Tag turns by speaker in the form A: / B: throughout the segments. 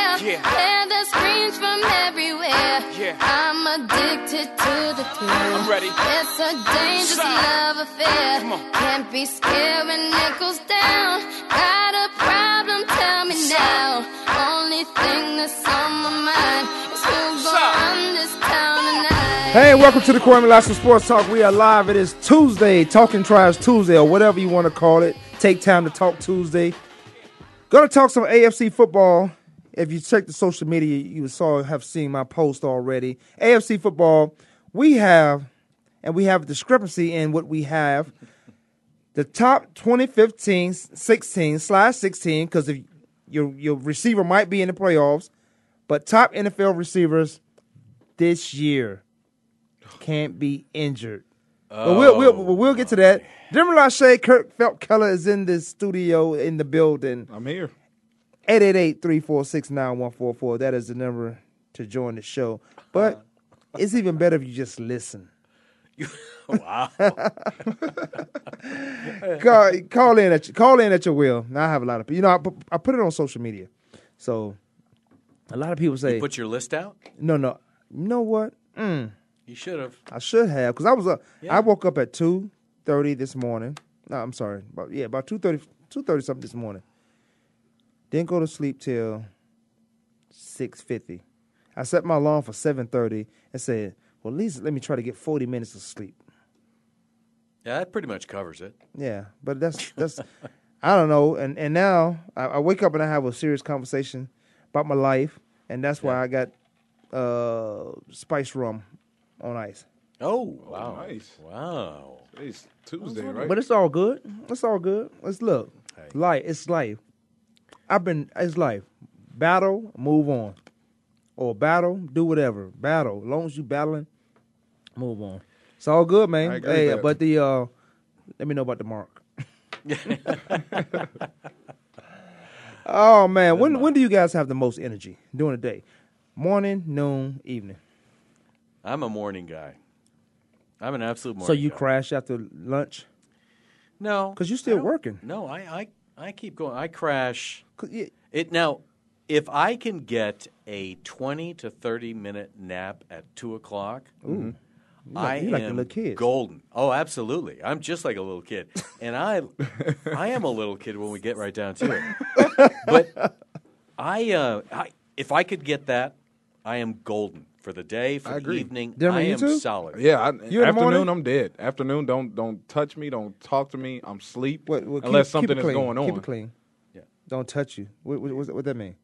A: Yeah.
B: Hear the screams from everywhere.
A: Yeah.
B: I'm addicted to the thrill.
A: I'm ready.
B: It's a dangerous
A: Side.
B: love affair.
A: Come on.
B: Can't be scared when it goes down. Got a problem? Tell me now. Only thing that's on my mind is who gonna
A: Side.
B: run this town tonight.
C: Hey, welcome to the Kwame Lashley Sports Talk. We are live. It is Tuesday, Talking Tribes Tuesday, or whatever you want to call it. Take time to talk Tuesday. Gonna talk some AFC football. If you check the social media, you saw have seen my post already. AFC football, we have, and we have a discrepancy in what we have. The top 2015, 16 slash 16, because if your your receiver might be in the playoffs, but top NFL receivers this year can't be injured. but we'll, we'll, we'll, we'll get to that. Jimmy Lachey, Kirk Felt Keller is in the studio, in the building.
D: I'm here.
C: 888-346-9144. That is the number to join the show. But it's even better if you just listen. wow. call, call in at your, call in at your will. Now I have a lot of people. You know, I, pu- I put it on social media. So a lot of people say,
E: Put your list out.
C: no, no. You know what?
E: You should have.
C: I should have because I was up. I woke up at two thirty this morning. No, I'm sorry. About yeah, about 2.30, 2.30 something this morning. Didn't go to sleep till six fifty. I set my alarm for seven thirty and said, "Well, at least let me try to get forty minutes of sleep."
E: Yeah, that pretty much covers it.
C: Yeah, but that's that's I don't know. And and now I, I wake up and I have a serious conversation about my life, and that's why I got uh, spice rum on ice.
E: Oh, wow.
D: Nice.
E: Wow.
D: It's Tuesday, right?
C: But it's all good. It's all good. Let's look.
E: Hey.
C: Life. It's life. I've been. It's life. Battle. Move on. Or battle. Do whatever. Battle. As long as you battling, move on. It's all good, man.
D: I agree
C: hey,
D: with that.
C: but the uh, let me know about the mark. oh man, when when do you guys have the most energy during the day? Morning, noon, evening.
E: I'm a morning guy. I'm an absolute morning
C: so you
E: guy.
C: crash after lunch
E: No.
C: because you're
E: I
C: still
E: don't-
C: working.
E: No, I, I, I keep going. I crash.
C: 'Cause you-
E: It Now, if I can get a 20 to 30 minute nap at 2 o'clock, I
C: you like the
E: am
C: little kids.
E: golden. Oh, absolutely. I'm just like a little kid. And I, I am a little kid when we get right down to it. But I, uh, I, if I could get that, I am golden for the day, for
D: I
E: the
D: agree.
E: evening.
C: Dylan,
E: I
C: you
E: am
C: too?
E: solid.
D: yeah, I,
C: You in the morning?
D: afternoon I'm dead. Afternoon, don't don't touch me, don't talk to me. I'm sleep
C: What, what, keep-
D: unless
C: keep it
D: something is
C: clean.
D: going on.
C: Keep it clean.
E: Yeah.
C: Don't touch you. What, what, what's- what that mean?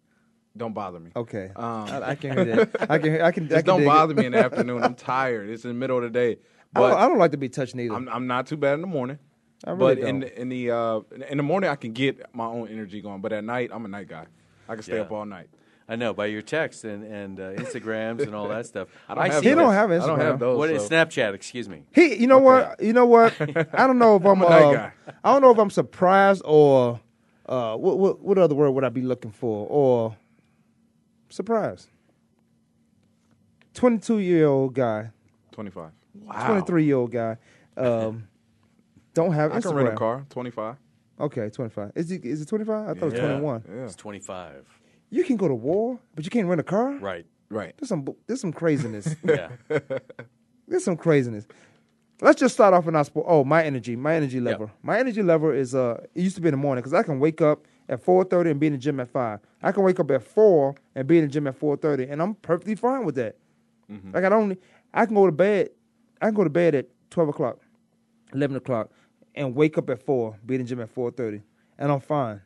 D: Don't bother me.
C: Okay.
D: Um,
C: I, I can hear that. I can. hear- I can. I
D: Just
C: can
D: don't
C: dig it. Oh,
D: bother me in the afternoon. I'm tired. It's in the middle of the day.
C: I don't,
D: But
C: I don't like to be touched neither.
D: I'm, I'm not too bad in the morning.
C: I really
D: but
C: don't.
D: in the, in the uh, in the morning I can get my own energy going. But at night I'm a night guy. I can stay
E: Yeah.
D: up all night.
E: I know by your texts and and uh, Instagrams and all that stuff.
D: I don't have
C: He
D: those.
C: don't have
D: I don't
C: Instagram.
D: have those.
E: what
D: so.
E: is Snapchat? Excuse me.
C: he. You know what? You know what? I don't know if I'm.
D: a night
C: uh,
D: guy.
C: I don't know if I'm surprised or uh, what, what. What other word would I be looking for? Or surprised. Twenty-two year old guy.
D: 25.
C: Twenty-three year old guy. Um, don't have
D: I
C: Instagram.
D: can rent a car. 25.
C: Okay, twenty-five. Is it? Is it twenty-five? I thought it was
E: Yeah.
C: twenty-one.
D: Yeah.
E: It's 25.
C: You can go to war, but you can't rent a car.
E: Right.
D: Right.
C: There's some. There's some craziness.
E: Yeah.
C: There's some craziness. Let's just start off in our sport. Oh, my energy, my energy level.
E: Yep.
C: My energy level is uh. It used to be in the morning because I can wake up at four thirty and be in the gym at five. I can wake up at four and be in the gym at four thirty, and I'm perfectly fine with that. Like I don't. I can go to bed. I can go to bed at twelve o'clock, eleven o'clock, and wake up at four, be in the gym at four thirty, and I'm fine.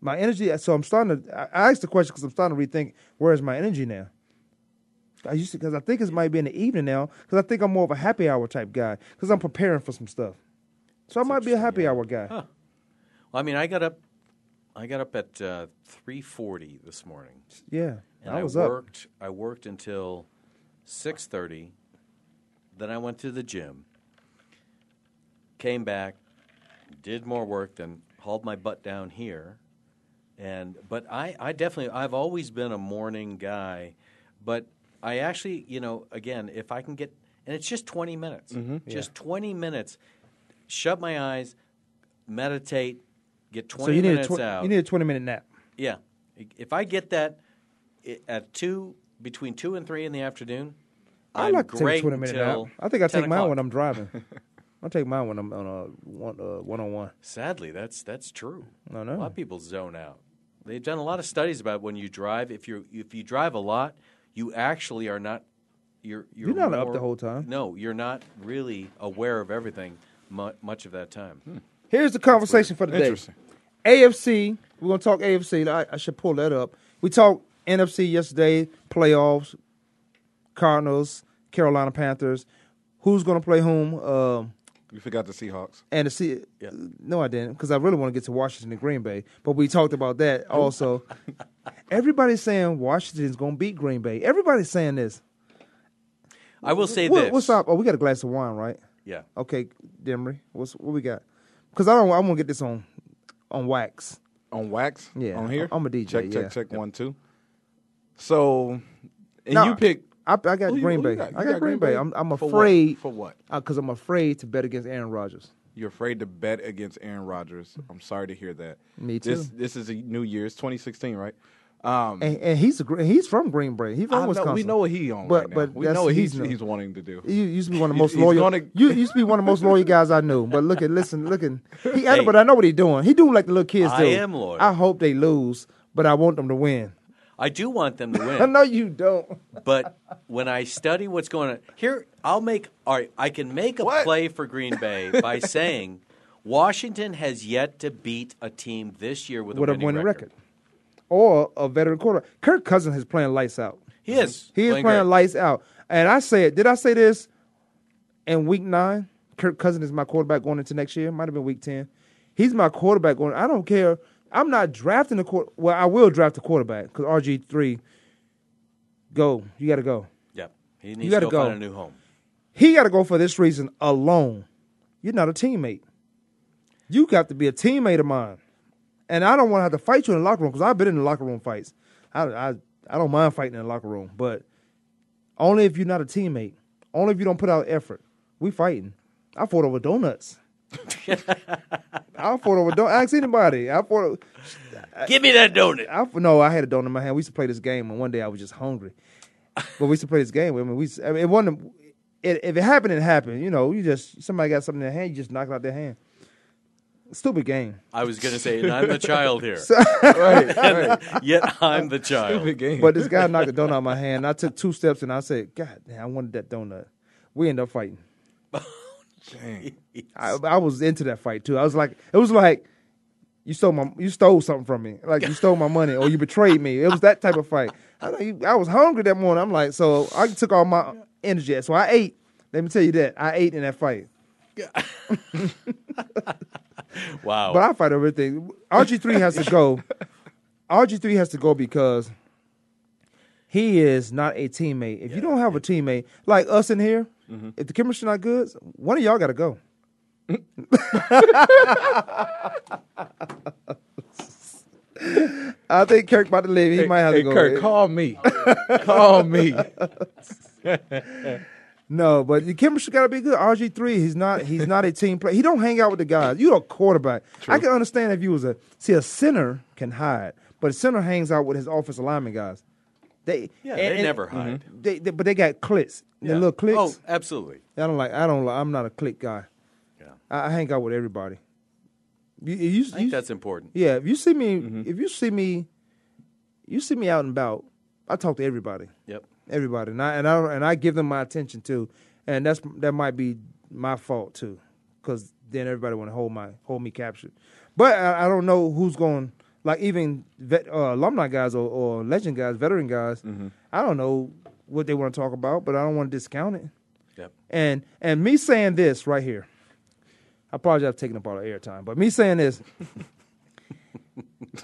C: My energy. So I'm starting to. I I asked the question because I'm starting to rethink where is my energy now. I used to because I think it might be in the evening now because I think I'm more of a happy hour type guy because I'm preparing for some stuff. So I might be a happy hour guy.
E: Well, I mean, I got up. I got up at uh, 3:40 this morning,
C: Yeah,
E: and
C: I was up.
E: worked. I worked until 6:30. Then I went to the gym. Came back, did more work, then hauled my butt down here. And but I, I definitely I've always been a morning guy, but I actually you know again if I can get and it's just twenty minutes,
C: Mm-hmm.
E: just twenty minutes, shut my eyes, meditate, get
C: So
E: twenty
C: you need a
E: minutes
C: tw-
E: out.
C: you need a twenty minute nap.
E: yeah, if I get that, i- at two between two and three in the afternoon.
C: I
E: I'm
C: like to take a
E: great
C: twenty minute
E: till
C: nap. I think I
E: 10
C: take mine
E: o'clock.
C: when I'm driving. I take mine when I'm on a one uh, one on one.
E: Sadly, that's that's true.
C: I
E: A
C: know.
E: lot of people zone out. They've done a lot of studies about when you drive. If you if you drive a lot, you actually are not. You're you're,
C: You're not up
E: more-
C: the whole time.
E: No, you're not really aware of everything mu- much of that time.
C: Hmm. Here's the conversation for the day.
D: Interesting.
C: AFC. We're gonna talk AFC. I, I should pull that up. We talked NFC yesterday. Playoffs. Cardinals. Carolina Panthers. Who's gonna play whom? Um,
D: You forgot the Seahawks.
C: and to see, no, I didn't, because I really want to get to Washington and Green Bay. But we talked about that also. Everybody's saying Washington's going to beat Green Bay. Everybody's saying this.
E: I will say
C: What-
E: this.
C: What's up? Oh, we got a glass of wine, right?
E: Yeah.
C: Okay, Demery, what's what we got? Because I don't, I want to get this on, on wax.
D: On wax?
C: Yeah,
D: On here?
C: I'm a DJ,
D: Check,
C: yeah.
D: check, check. One, two. So, and
C: No,
D: you pick.
C: I, I got
D: Who you-
C: Green
D: who
C: Bay.
D: you got? You
C: I got, Green Bay. I'm, I'm
D: For what?
C: afraid
D: For what?
C: Because I'm afraid to bet against Aaron Rodgers.
D: You're afraid to bet against Aaron Rodgers. I'm sorry to hear that.
C: Me
D: This,
C: too.
D: this is a new year. It's 2016, right? Um,
C: And, and he's a, gr- he's from Green Bay. He's from
D: I know,
C: Wisconsin.
D: we know what he on
C: But-
D: right now.
C: but
D: we
C: that's-
D: know what
C: he's
D: he's,
C: not-
D: he's, wanting to do.
C: You used to be one of the most
D: He's- he's
C: loyal.
D: gonna-
C: You used to be one of the most loyal guys I knew. But look at, listen, looking. He, I know, but I know what he doing. He doing like the little kids
E: I
C: do.
E: am loyal.
C: I hope they lose, but I want them to win.
E: I do want them to
C: I
E: win.
C: know you don't.
E: But when I study what's going on here, I'll make all right. I can make a
D: What?
E: play for Green Bay by saying Washington has yet to beat a team this year with,
C: With
E: a
C: a
E: winning,
C: winning record. or a veteran quarterback. Kirk Cousins is playing lights out.
E: He is.
C: Mhm. He is
E: playing
C: playing,
E: great.
C: lights out. And I said, did I say this in week nine? Kirk Cousins is my quarterback going into next year. Might have been week ten. He's my quarterback going. I don't care. I'm not drafting the quarter. Well, I will draft the quarterback because RG three. Go. You got to go.
E: Yeah, he needs to
C: gotta
E: go,
C: go.
E: find a new home.
C: He got to go for this reason alone. You're not a teammate. You got to be a teammate of mine. And I don't want to have to fight you in the locker room because I've been in the locker room fights. I, I, I don't mind fighting in the locker room, but only if you're not a teammate. Only if you don't put out effort. We fighting. I fought over donuts. I fought over donuts. Ask anybody. I fought. Uh,
E: Give me that donut.
C: I no, I had a donut in my hand. We used to play this game, and one day I was just hungry. But we used to play this game. I mean, we used- I mean, it wasn't. It, if it happened, it happened. You know, you just somebody got something in their hand, you just knock it out their hand. Stupid game.
E: I was going to say, and I'm the child here.
D: right, right.
E: Yet I'm the child.
D: Big game.
C: But this guy knocked a donut out of my hand. and I took two steps and I said, "God damn, I wanted that donut." We ended up fighting.
D: Dang.
C: I, I was into that fight too. I was like, it was like you stole my, you stole something from me, like you stole my money or you betrayed me. It was that type of fight. I, know you- I was hungry that morning. I'm like, so I took all my energy. So I ate. Let me tell you that I ate in that fight.
E: Wow.
C: But I fight over everything. RG three has to go. RG three has to go because he is not a teammate. If you don't have a teammate like us in here,
D: Mm-hmm.
C: if the chemistry not good, one of y'all got to go. I think Kirk about to leave. He might have
D: hey,
C: to go.
D: Kirk, call me. call me.
C: No, but the chemistry got to be good. RG three, he's not he's not a team player. He don't hang out with the guys. You a quarterback. I can understand if you was a see a center can hide, but a center hangs out with his offensive lineman guys. They Mhm.
E: yeah, they never hide.
C: They, they- but they got clicks.
E: Yeah.
C: The little clicks.
E: Oh, absolutely.
C: I don't like. I don't. like I'm not a click guy.
E: Yeah.
C: I, I hang out with everybody. You, you,
E: I think
C: you-
E: that's Mm-hmm. important.
C: yeah, if you see me, if you see me, you see me out and about. I talk to everybody
E: Yep.
C: everybody, and I and I and I give them my attention too, and that's that might be my fault too, because then everybody want to hold my hold me captured. But I, I don't know who's going. Like even vet, uh, alumni guys or, or legend guys, veteran guys, I don't know what they want to talk about, but I don't want to discount it.
E: Yep.
C: And and me saying this right here, I apologize for taking up all the airtime, but me saying this,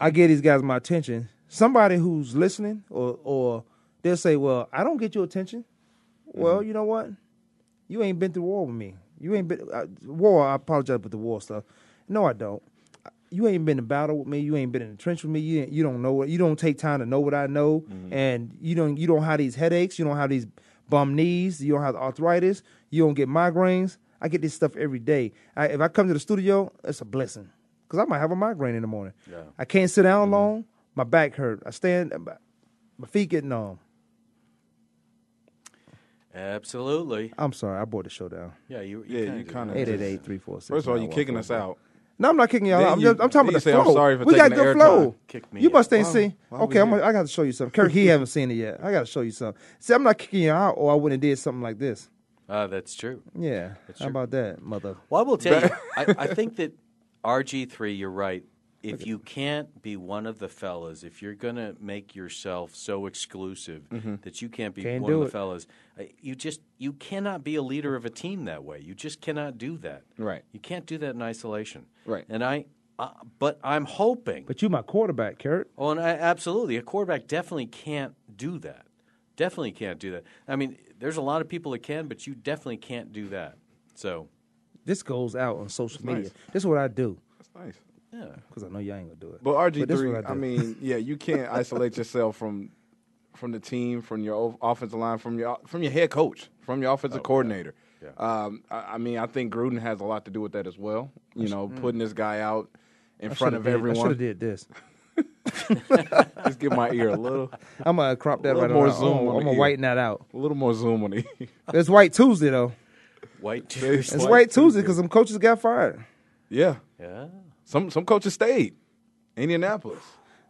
C: I give these guys my attention. Somebody who's listening, or or they'll say, "Well, I don't get your attention." Well, you know what? You ain't been through war with me. You ain't been uh, war. I apologize for the war stuff. No, I don't. You ain't been in battle with me. You ain't been in the trench with me. You ain't- you don't know what. You don't take time to know what I know, and you don't you don't have these headaches. You don't have these bum knees. You don't have arthritis. You don't get migraines. I get this stuff every day. I, if I come to the studio, it's a blessing because I might have a migraine in the morning.
D: Mm-hmm.
E: Yeah.
C: I can't sit down long. My back hurt. I stand. My feet getting numb.
E: Absolutely.
C: I'm sorry, I brought the show down.
E: Yeah, you. you
D: Yeah,
E: kinda
D: you
E: do
D: kinda
E: that.
D: just-
C: 888 346.
D: First of all, you kicking us out.
C: No, I'm not kicking y'all
D: Then
C: out. I'm,
D: you-
C: just, I'm talking
D: then
C: about
D: you
C: the
D: say, "I'm
C: flow.
D: sorry for
C: we got
D: taking the
C: good
D: airtime."
C: flow.
E: Kick me
C: you
E: out.
C: must ain't
D: Why-
C: seen.
D: why we
C: Okay, I'm,
D: here?
C: gonna- I got to show you something. Kirk, he haven't seen it yet. I got to show you something. See, I'm not kicking you out, or I wouldn't have did something like this.
E: Ah, that's true.
C: Yeah. How about that, mother?
E: Well, I will tell you, I, I think that RG3, you're right. If you can't be one of the fellas, if you're going to make yourself so exclusive that you can't be
C: Mm-hmm. Can't
E: one
C: do
E: of the
C: it.
E: fellas, uh, you just you cannot be a leader of a team that way. You just cannot do that.
D: Right.
E: You can't do that in isolation.
D: Right.
E: And I, uh, but I'm hoping.
C: But you my quarterback, Kurt.
E: Oh, and I, absolutely, a quarterback definitely can't do that. Definitely can't do that. I mean, there's a lot of people that can, but you definitely can't do that. So,
C: This goes out on social
D: nice.
C: media. This is what I do
D: That's nice.
E: yeah.
C: because I know y'all ain't gonna do it.
D: But
C: But this is what
D: RG3,
C: I
D: I,
C: do.
D: mean, yeah, you can't isolate yourself from from the team, from your o- offensive line, from your from your head coach, from your offensive coordinator.
E: Oh, Yeah.
D: Um, I, I mean, I think Gruden has a lot to do with that as well. You know, putting this guy out in front of
C: I should
D: everyone.
C: have did this.
D: Just give my ear a little,
C: I'm gonna crop that
D: Little
C: right
D: more
C: around.
D: zoom
C: I'm,
D: on
C: I'm
D: the
C: gonna
D: ear.
C: whiten that out.
D: a little more zoom on it.
C: It's White Tuesday though.
E: White Tuesday.
C: It's
D: White
C: White Tuesday
D: Tuesday.
C: because some coaches got fired.
D: yeah,
E: Yeah.
D: some some coaches stayed. Indianapolis.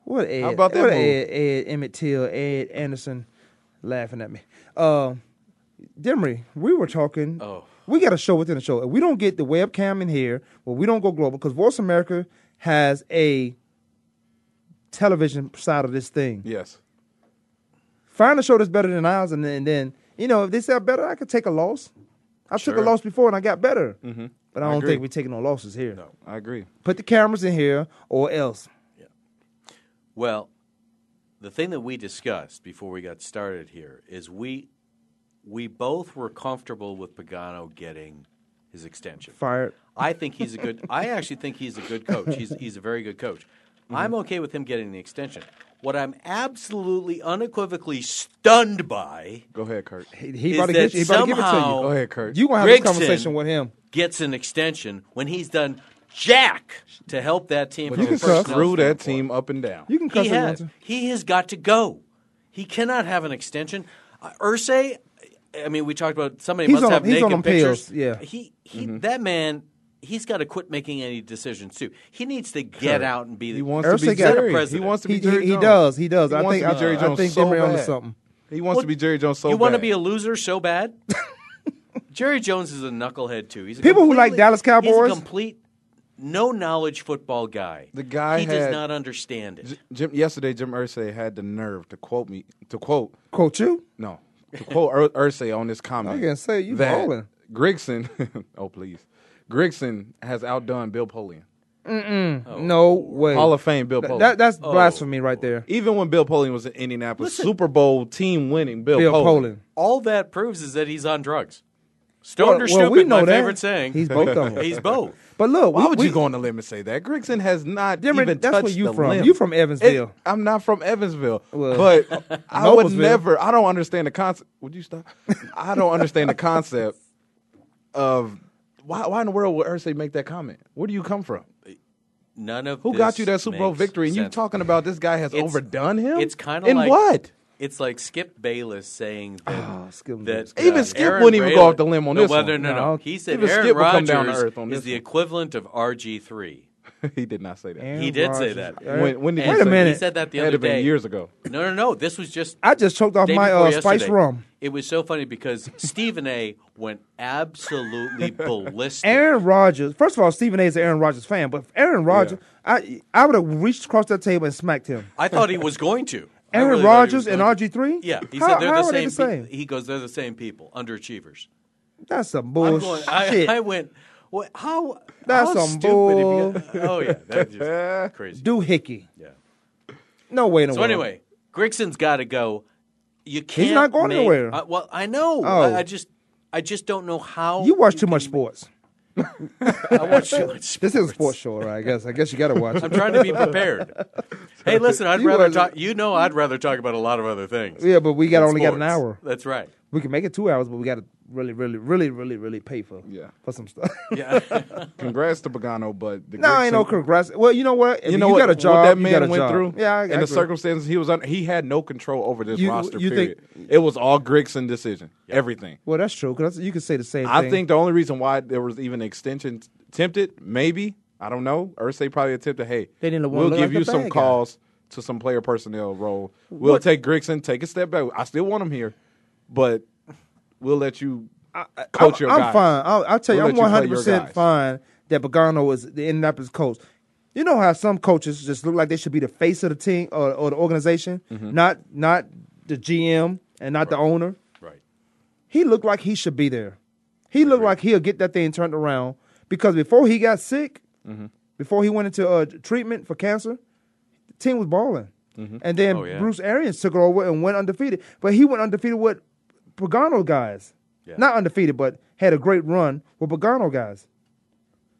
C: What Ed?
D: about that
C: what
D: move?
C: Ed, Ed Emmett Till, Ed Anderson, laughing at me. Um, Demery, we were talking.
E: Oh.
C: we got a show within a show. If we don't get the webcam in here, well, we don't go global because Voice America has a television side of this thing.
D: Yes.
C: Find a show that's better than ours, and then, and then you know if they sell better, I could take a loss. I took
E: Sure.
C: a loss before and I got better, mm-hmm. but I
D: I
C: don't
D: agree.
C: think we're taking no losses here.
E: No.
D: I agree.
C: Put the cameras in here or else.
E: Well, the thing that we discussed before we got started here is we we both were comfortable with Pagano getting his extension.
C: Fired.
E: I think he's a good. I actually think he's a good coach. He's he's a very good coach. I'm okay with him getting the extension. What I'm absolutely unequivocally stunned by
D: Go ahead, Kurt.
C: He, he
E: Is
C: about to
E: that
C: get you. He about to give it to you.
E: somehow
D: Go ahead, Kurt.
C: You gonna have this
E: Grigson-
C: conversation with him.
E: gets an extension when he's done jack to help that team.
C: you
E: from a
C: can cuss.
E: personnel
D: Screw that
E: standpoint.
D: team up and down.
C: You can cuss
E: He
C: if you want
E: has,
C: to.
E: he has got to go. He cannot have an extension. Uh, Ursay, I mean, we talked about somebody
C: He's
E: must
C: on-
E: have
C: he's
E: naked
C: on them
E: pictures.
C: pills, yeah. Mm-hmm.
E: he, he that man. He's got to quit making any decisions too. He needs to get out and be.
D: He wants
C: Ursa
D: to be
C: got-
D: Jerry.
E: President.
D: He wants to
C: He,
D: be
C: he,
D: Jerry
C: he
D: Jones.
C: does. He does. I
D: wants
C: think
D: to
C: I,
D: be Jerry
C: I
D: Jones
C: think
D: so
C: Demery onto
D: bad.
C: something.
D: He wants to be Jerry Jones so
E: you
D: want
E: to be a loser so bad? Jerry Jones is a knucklehead too. He's a
C: People who like
E: completely-
C: Dallas Cowboys-
E: He's a complete no knowledge football guy.
D: The guy
E: he
D: had-
E: does not understand it.
D: J- Jim yesterday Jim Ursay had the nerve to quote me to quote
C: Quote you.
D: no to quote Ur- Ursay on this comment.
C: I can say you
D: that
C: ballin'.
D: Grigson. oh please, Grigson has outdone Bill Polian,
C: No way.
D: Hall of Fame Bill
C: That,
D: Polian.
C: that- that's blasphemy right there.
D: even when Bill Polian was in Indianapolis,
E: Listen.
D: Super Bowl team winning Bill,
C: Bill
D: Polian.
C: Poland.
E: All that proves is that he's on drugs. Stoned or
C: well,
E: stupid,
C: we know
E: my
C: that.
E: favorite saying.
C: He's both of 'em.
E: He's both.
C: But look,
D: Why
C: we,
D: would
C: we,
D: you go on the limb and say that? Grigson has not
C: Jimmy,
D: even
C: that's
D: touched
C: where you
D: the
C: from.
D: limb.
C: You from Evansville.
D: It- I'm not from Evansville,
C: Well,
D: but I would
C: Noblesville.
D: never. I don't understand the concept. Would you stop? I don't understand the concept of why. Why in the world would Ursay make that comment? Where do you come from?
E: None of
D: Who got
E: this
D: you that Super Bowl
E: makes
D: victory? And you
E: sense.
D: talking about this guy has
E: It's-
D: overdone him?
E: It's kind of
D: in
E: like
D: what?
E: It's like Skip Bayless saying that,
C: Skip
E: that
D: Bayless. Even
E: uh,
D: Skip
E: Aaron
D: wouldn't even go
E: Raylan-
D: off the limb on
E: no,
D: this
E: whether-
D: one.
E: No, no,
C: No.
E: He said
D: Even
E: Aaron
D: Skip would come
E: Rodgers
D: down to earth on
E: is
D: this
E: the
D: one.
E: equivalent of RG three.
D: he did not say that.
E: He did say that.
C: Aaron-
D: When, when did
C: Wait
D: he
C: a
D: say
C: minute.
E: He said that the
D: That'd
E: other
D: have been
E: day.
D: years ago.
E: No, no, no. This was just
C: I just choked off
E: day
C: my
E: before
C: uh, spice
E: yesterday.
C: rum.
E: It was so funny because Stephen A. went absolutely ballistic.
C: Aaron Rodgers. First of all, Stephen A. is an Aaron Rodgers fan, but if Aaron Rodgers, I I would have reached across that table and smacked him.
E: I thought he was going to. I
C: Aaron
E: really thought he
C: Rodgers
E: was
C: and
E: going to.
C: RG three.
E: Yeah, he
C: how,
E: said they're the
C: how are
E: same.
C: they the
E: peop-
C: same?
E: he goes, they're the same people, underachievers.
C: That's some
E: I'm
C: bullshit.
E: going, I, I went, what, how?
C: That's
E: how
C: some
E: stupid
C: bull-
E: If you got, oh yeah, that's just crazy.
C: Doohickey.
E: Yeah.
C: No way in the
E: So
C: world.
E: anyway, Grigson's got to go. You can't.
C: not going
E: make-
C: anywhere.
E: I- well, I know.
C: Oh.
E: I, I just, I just don't know how
C: you watch too
E: can-
C: much sports.
E: I watch too much.
C: This is a
E: sports.
C: sports show, right? I guess. I guess you got to watch.
E: I'm
C: it.
E: trying to be prepared. hey, listen, I'd
C: You
E: rather
C: wasn't-
E: talk. You know, I'd rather talk about a lot of other things.
C: Yeah, but we got
E: than
C: only got an
E: sports.
C: hour.
E: That's right.
C: We can make it two hours, but we got to really, really, really, really, really pay for
D: Yeah.
C: for some stuff.
E: Yeah.
D: Congrats to Pagano, but the
C: no,
D: Greek
C: ain't no
D: sym-
C: congrats. Well, you know what? If
D: You know
C: you
D: what,
C: got a job.
D: what that
C: you
D: man
C: got a
D: went
C: job.
D: through?
C: Yeah, I,
D: in
C: I
D: the
C: agree.
D: circumstances he was under, he had no control over this
C: You-
D: roster.
C: you think-
D: period. it was all Grigson decision, everything.
C: Well, that's true because you could say the same.
D: I
C: thing.
D: think the only reason why there was even an extension tempted, maybe I don't know. Ursay probably attempted. Hey,
C: They didn't want
D: we'll
C: to look
D: give
C: like
D: you
C: the
D: some
C: bad guy."
D: calls to some player personnel role. We'll
C: What-
D: take Grigson, take a step back. I still want him here, but we'll let you
C: I'm,
D: coach your
C: I'm
D: guys.
C: fine. I'll, I'll tell you,
D: We'll
C: I'm
D: let
C: 100
D: you play your
C: percent
D: guys.
C: fine that Pagano is the Indianapolis coach. You know how some coaches just look like they should be the face of the team or, or the organization,
D: Mm-hmm.
C: not not the GM and not the owner.
E: right.
C: he looked like he should be there. He looked like he'll get that thing turned around because before he got sick,
E: Mm-hmm.
C: before he went into uh, treatment for cancer, the team was balling. And then
E: Oh, yeah.
C: Bruce Arians took it over and went undefeated. But he went undefeated with Pagano guys.
E: Yeah.
C: Not undefeated, but had a great run with Pagano guys.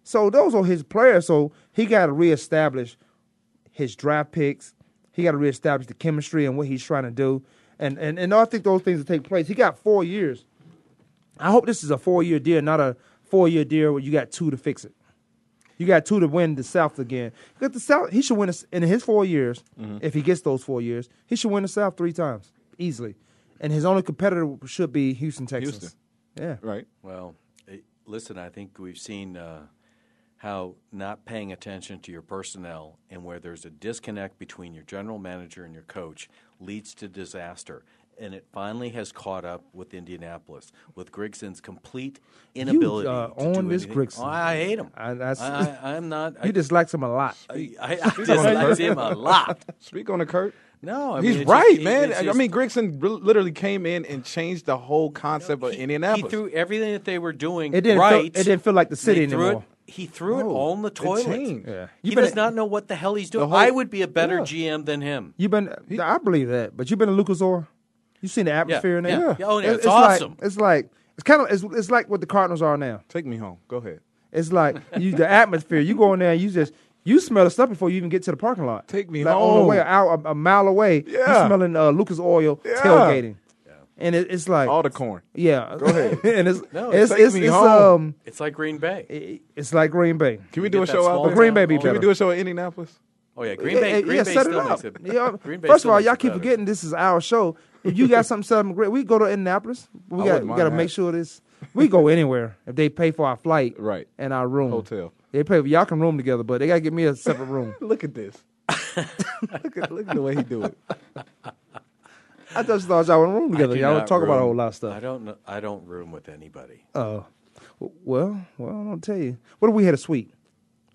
C: So those are his players. So he got to reestablish his draft picks. He got to reestablish the chemistry and what he's trying to do. And and and I think those things will take place. He got four years. I hope this is a four year deal, not a four year deal where you got two to fix it. You got two to win the South again. Because the South, he should win this- in his four years.
D: Mm-hmm.
C: If he gets those four years, he should win the South three times easily. And his only competitor should be Houston, Texas.
D: Houston.
C: Yeah.
D: Right.
E: Well, eh, listen, I think we've seen uh, how not paying attention to your personnel and where there's a disconnect between your general manager and your coach leads to disaster. And it finally has caught up with Indianapolis, with Grigson's complete inability
C: uh,
E: to do
C: own this
E: anything.
C: Grigson.
E: Oh, I hate him.
C: I-
E: I,
C: that's-
E: I, am not. I,
C: You dislike him a lot.
E: I, I, I dislike him a lot.
D: Speak on it, Kurt.
E: No, I mean,
D: He's
E: it's just-
D: right,
E: it-
D: man.
E: it's
D: I
E: just-
D: mean, Grigson re- literally came in and changed the whole concept of Indianapolis.
E: He threw everything that they were doing
C: It didn't feel-
E: right.
C: it didn't feel like the
E: They
C: city
E: threw
C: anymore.
E: It, he threw it
D: No,
E: all in the
D: it
E: toilet.
D: changed. Yeah.
C: You've
E: He
C: been
E: does
C: a-
E: not know what the hell he's doing.
D: whole-
E: I would be a better
D: Yeah.
E: GM than him.
C: You've been, I believe that, but you've been to Lucasor. You've seen the atmosphere in there.
E: yeah. Yeah, oh, yeah, it's
C: like-
E: awesome.
C: it's like it's kind of it's, it's like what the Cardinals are now.
D: Take me home. Go ahead.
C: It's like you the atmosphere. You go in there and you just you smell the stuff before you even get to the parking lot.
D: Take me
C: like on the
D: home.
C: way out a, a mile away.
D: Yeah.
C: you smelling uh, Lucas Oil
D: Yeah.
C: tailgating, and it, it's like
D: All the corn.
C: yeah. Go
D: ahead.
C: and it's
E: No,
C: it's
D: take
C: it's,
D: me
C: it's,
D: home.
C: um
E: It's like Green Bay.
C: it- it's like Green Bay.
D: Can we do
E: Get
D: a
E: that
D: show out
E: small
D: there?
C: Green Bay be
D: Can we
C: better.
D: do a show in Indianapolis?
E: Oh yeah, Green Bay.
C: Yeah,
E: Green
C: yeah,
E: Bay
C: set
E: still
C: it
E: makes
C: up.
E: it.
C: Yeah,
E: Green Bay
C: First of
E: still
C: all,
E: makes
C: y'all
E: it
C: keep
E: better.
C: forgetting this is our show. If you got something set up great, we go to Indianapolis. We
D: I
C: got
D: wouldn't
C: we
D: mind
C: got to
D: that.
C: make sure this. We go anywhere if they pay for our flight,
D: Right.
C: and our room,
D: Hotel.
C: They pay. Y'all can room together, but they gotta give me a separate room.
D: Look at this. look, at, look at the way he do it.
C: I just thought y'all would room
E: I
C: together.
E: do
C: Y'all would
E: not
C: talk about a
E: room-
C: whole lot of
E: I
C: stuff.
E: don't. know- I don't room with anybody.
C: Oh, well, well, I don't tell you. What if we had a suite?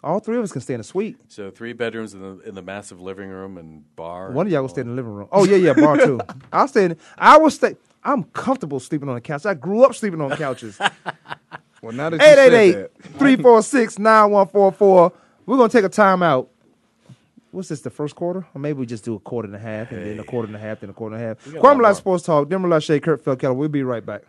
C: All three of us can stay in a suite.
E: So three bedrooms in the in the massive living room and bar.
C: One of
E: and
C: y'all
E: all
C: will stay in
E: that.
C: the living room. Oh yeah, yeah, bar too. I'll stay. In, I will stay. I'm comfortable sleeping on the couch. I grew up sleeping on couches.
D: Well, now that you said that,
C: 888-346-9144. We're going to take a timeout. What's this, the first quarter? Or maybe we just do a quarter and a half, and then a quarter and a half, then a quarter and a half.
E: got a lot
C: Kwame Live
E: more.
C: Sports Talk, Denver Lachey, Kurt Felkeller. We'll be right back.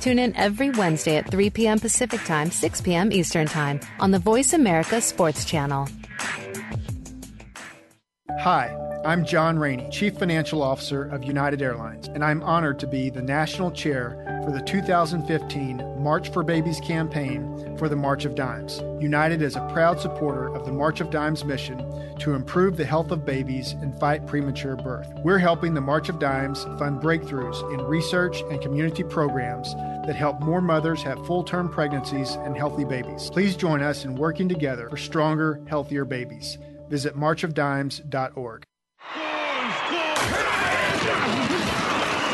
F: Tune in every Wednesday at 3 p.m. Pacific Time, 6 p.m. Eastern Time on the Voice America Sports Channel.
G: Hi, I'm John Rainey, Chief Financial Officer of United Airlines, and I'm honored to be the national chair for the 2015 March for Babies campaign for the March of Dimes. United is a proud supporter of the March of Dimes mission to improve the health of babies and fight premature birth. We're helping the March of Dimes fund breakthroughs in research and community programs that help more mothers have full term pregnancies and healthy babies. Please join us in working together for stronger, healthier babies. Visit marchofdimes.org.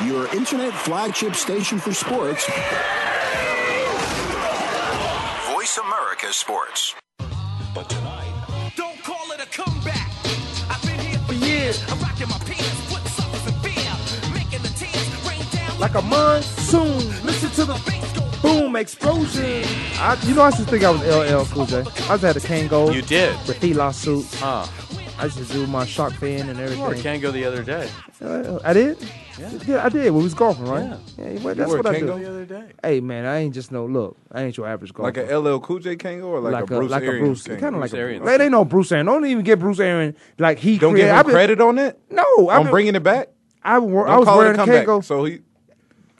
A: Your internet flagship station for sports.
H: Voice America Sports.
I: But tonight, don't call it a comeback. I've been here for years. I'm rocking my pants, put suckers in fear, making the tears rain down
C: like a monsoon. Listen to the boom explosion. I, you know, I just think I was LL Cool J. I just had a Kango.
E: You did.
C: The Fila suit.
E: Huh.
C: I used to do my shock fan and
E: You wore a
C: everything.
E: Kango the other day.
C: Uh, I did? Yeah. I did. We was golfing, right? Yeah. well, that's
D: wore a
C: what I
D: Kango
C: do.
D: the other day?
C: Hey, man, I ain't just no look. I ain't your average golfer.
D: Like a LL Cool J Kango or like, a Bruce
C: like
D: Arians
C: a Bruce,
D: Kango?
C: kind of like
E: Bruce
C: a
E: Arians.
C: Bruce. They know Bruce Aaron. Don't even get Bruce Aaron like he.
D: Don't
C: created.
D: give
C: I've
D: him
C: been-
D: credit on it.
C: No, I've
D: I'm
C: been-
D: bringing it back.
C: I, wore,
D: Don't
C: I was
D: call it a
C: wearing a
D: comeback.
C: Kango.
D: So he,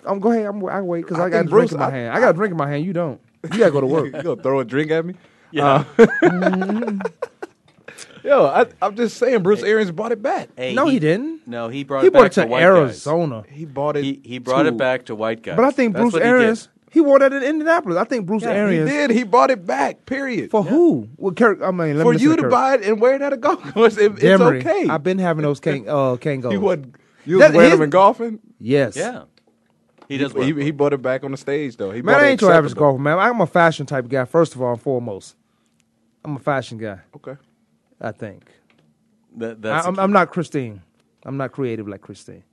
C: I'm go ahead. I'm, I wait because
D: I
C: I, got a
D: think
C: drink
D: Bruce-
C: in my
D: I-
C: hand. I got a drink in my hand. You don't. You gotta go to
D: you
C: work.
D: gonna throw a drink at me? Uh,
E: Yeah.
D: Yo, I, I'm just saying, Bruce Arians brought it back.
E: Hey,
C: no, he didn't.
E: No, he brought
C: He
E: it
C: brought
E: back
C: it to
E: white
C: Arizona.
D: He bought
E: Guys.
D: it.
E: He, he brought
D: to-
E: it back to white guys.
C: But I think
E: That's
C: Bruce
E: what he
C: Arians
E: did.
C: he, wore that in Indianapolis. I think Bruce
D: He
C: Arians
D: did. He brought it back. Period.
C: for who? Well, Kirk. I mean, let
D: for
C: me
D: you to
C: Kirk.
D: buy it and wear it at a golf course. It, it's
C: Demery.
D: okay.
C: I've been having those can uh, Kangos.
D: you wasn't you
C: That-
D: was wearing
C: his-
D: them in golfing.
C: Yes.
E: Yeah. He does.
D: He,
E: work.
D: he brought it back on the stage though. He
C: Man,
D: brought
C: I
D: it
C: ain't your average
D: acceptable.
C: golfer, man. I'm a fashion type guy, first of all and foremost. I'm a fashion guy,
D: Okay.
C: I think.
E: That-
C: I,
E: that's
C: I'm, I'm not Christine. I'm not creative like Christine.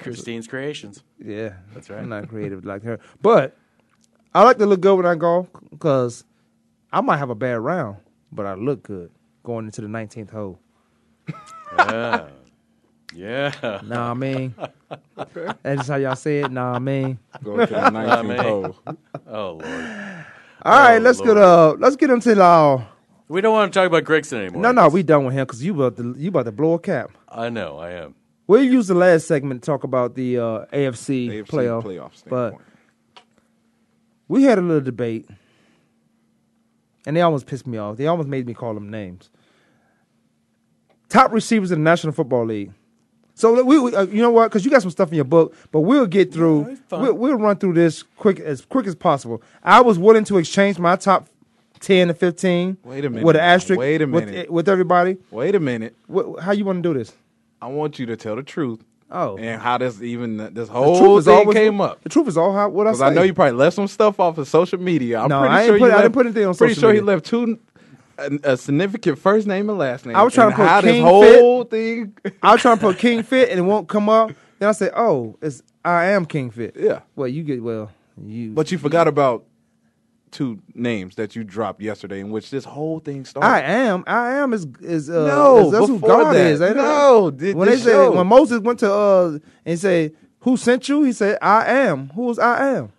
E: Christine's creations.
C: Yeah. That's
E: right.
C: I'm not creative like her. But I like to look good when I golf because I might have a bad round, but I look good going into the 19th hole.
E: Yeah.
C: Nah, I mean. That's how y'all say it. Nah, I mean.
D: Going to the 19th hole.
E: Oh lord.
C: All right, let's get uh, let's get into our.
E: We don't want to talk about Gregson anymore.
C: No, no, we done with him because you about to you about to blow a cap.
E: I know. I am.
C: We'll use the last segment to talk about the uh, AFC,
D: AFC
C: playoff.
D: playoff
C: but
D: standpoint.
C: we had a little debate, and they almost pissed me off. They almost made me call them names. Top receivers in the National Football League. So look, we, we uh, you know what? Because you got some stuff in your book, but we'll get through.
E: it's fine.
C: we'll, we'll run through this quick as quick as possible. I was willing to exchange my top ten to fifteen.
D: Wait a minute
C: With an
D: now.
C: asterisk.
D: Wait a
C: with- eh,
D: minute.
C: With, everybody.
D: Wait a minute.
C: Wh- how you want to do this?
D: I want you to tell the truth.
C: Oh.
D: And how this even this
C: The
D: whole
C: truth is
D: thing
C: always-
D: came up.
C: The truth is all how what I
D: Because I
C: say.
D: know you probably left some stuff off of social media. I'm
C: No,
D: pretty
C: I ain't
D: sure
C: put-
D: you
C: I
D: left,
C: didn't put anything on
D: Pretty
C: social
D: sure
C: media.
D: he left two a, a significant first name and last name.
C: I was trying
D: and
C: to put
D: how this
C: King
D: whole thing.
C: I was trying to put King Fit and it won't come up. Then I said, "Oh, it's I am King Fit."
D: Yeah.
C: Well, you get well. You.
D: But you forgot about two names that you dropped yesterday, in which this whole thing started.
C: I am. I am is is uh,
D: No,
C: is- that's who
D: before
C: God
D: that.
C: is. ain't it?
D: No, did
C: when they
D: this
C: said
D: show.
C: when Moses went to uh and said, "Who sent you?" He said, "I am." Who is I am?